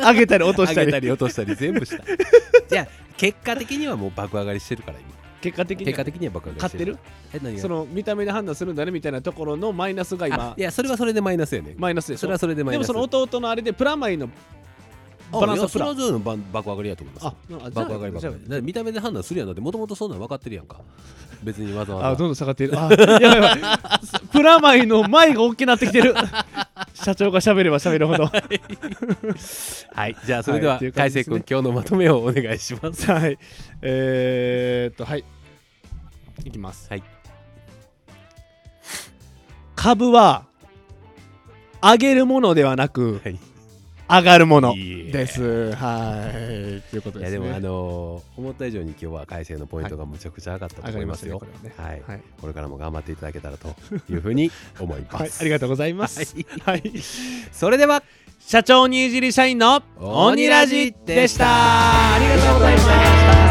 S1: 上げたり落とした
S2: 上げ
S1: り
S2: たり落としたり全部したい じゃあ結果的にはもう爆上がりしてるから今
S1: 結果的に
S2: 結果
S1: は
S2: 的には爆上がり
S1: 買っ
S2: して
S1: てる
S2: え何が
S1: その見た目で判断するんだねみたいなところのマイナスが
S2: あ
S1: 今
S2: いやそれはそれでマイナスよね、
S1: マイナスでし
S2: そ
S1: ょ
S2: れはそれでマイ
S1: で
S2: ナ
S1: も
S2: ス
S1: その弟のあれでプラマイのバランスはプ
S2: プ
S1: ラ
S2: ラのば爆上がりやと思います
S1: あなあじゃあ
S2: 爆上がり爆
S1: じゃ
S2: 上
S1: あ
S2: がりだから見た目で判断するやんだってもともとそんなん分かってるやんか別にわざ
S1: あ
S2: わ
S1: ど
S2: ざ
S1: んどん下がっている。あやばいやばい。 プラマイの前が大きくなって きてる。社長が喋れば喋るほど。
S2: はいじゃあそれで
S1: はい
S2: は
S1: っていう
S2: 海
S1: 感じで
S2: 星
S1: すね
S2: 君今日のまとめをお願いします
S1: はい。えー、っと、はい。いきます。
S2: はい。
S1: 株は、上げるものではなく、
S2: はい
S1: 上がるもの
S2: いいえ
S1: です。はい。ということ
S2: い
S1: で
S2: やで
S1: すね。
S2: もあのー思った以上に今日は海星のポイントがむちゃくちゃ上がったと
S1: 上が
S2: 思い
S1: り
S2: ま
S1: ますす
S2: よ
S1: よ、これはね。
S2: はい
S1: はい。
S2: これからも頑張っていただけたらというふうに思いま
S1: はい、
S2: す
S1: ありがとうございます。はい。
S2: それでは
S1: 社長にいじり社員の鬼ラジでした。ありがとうございました。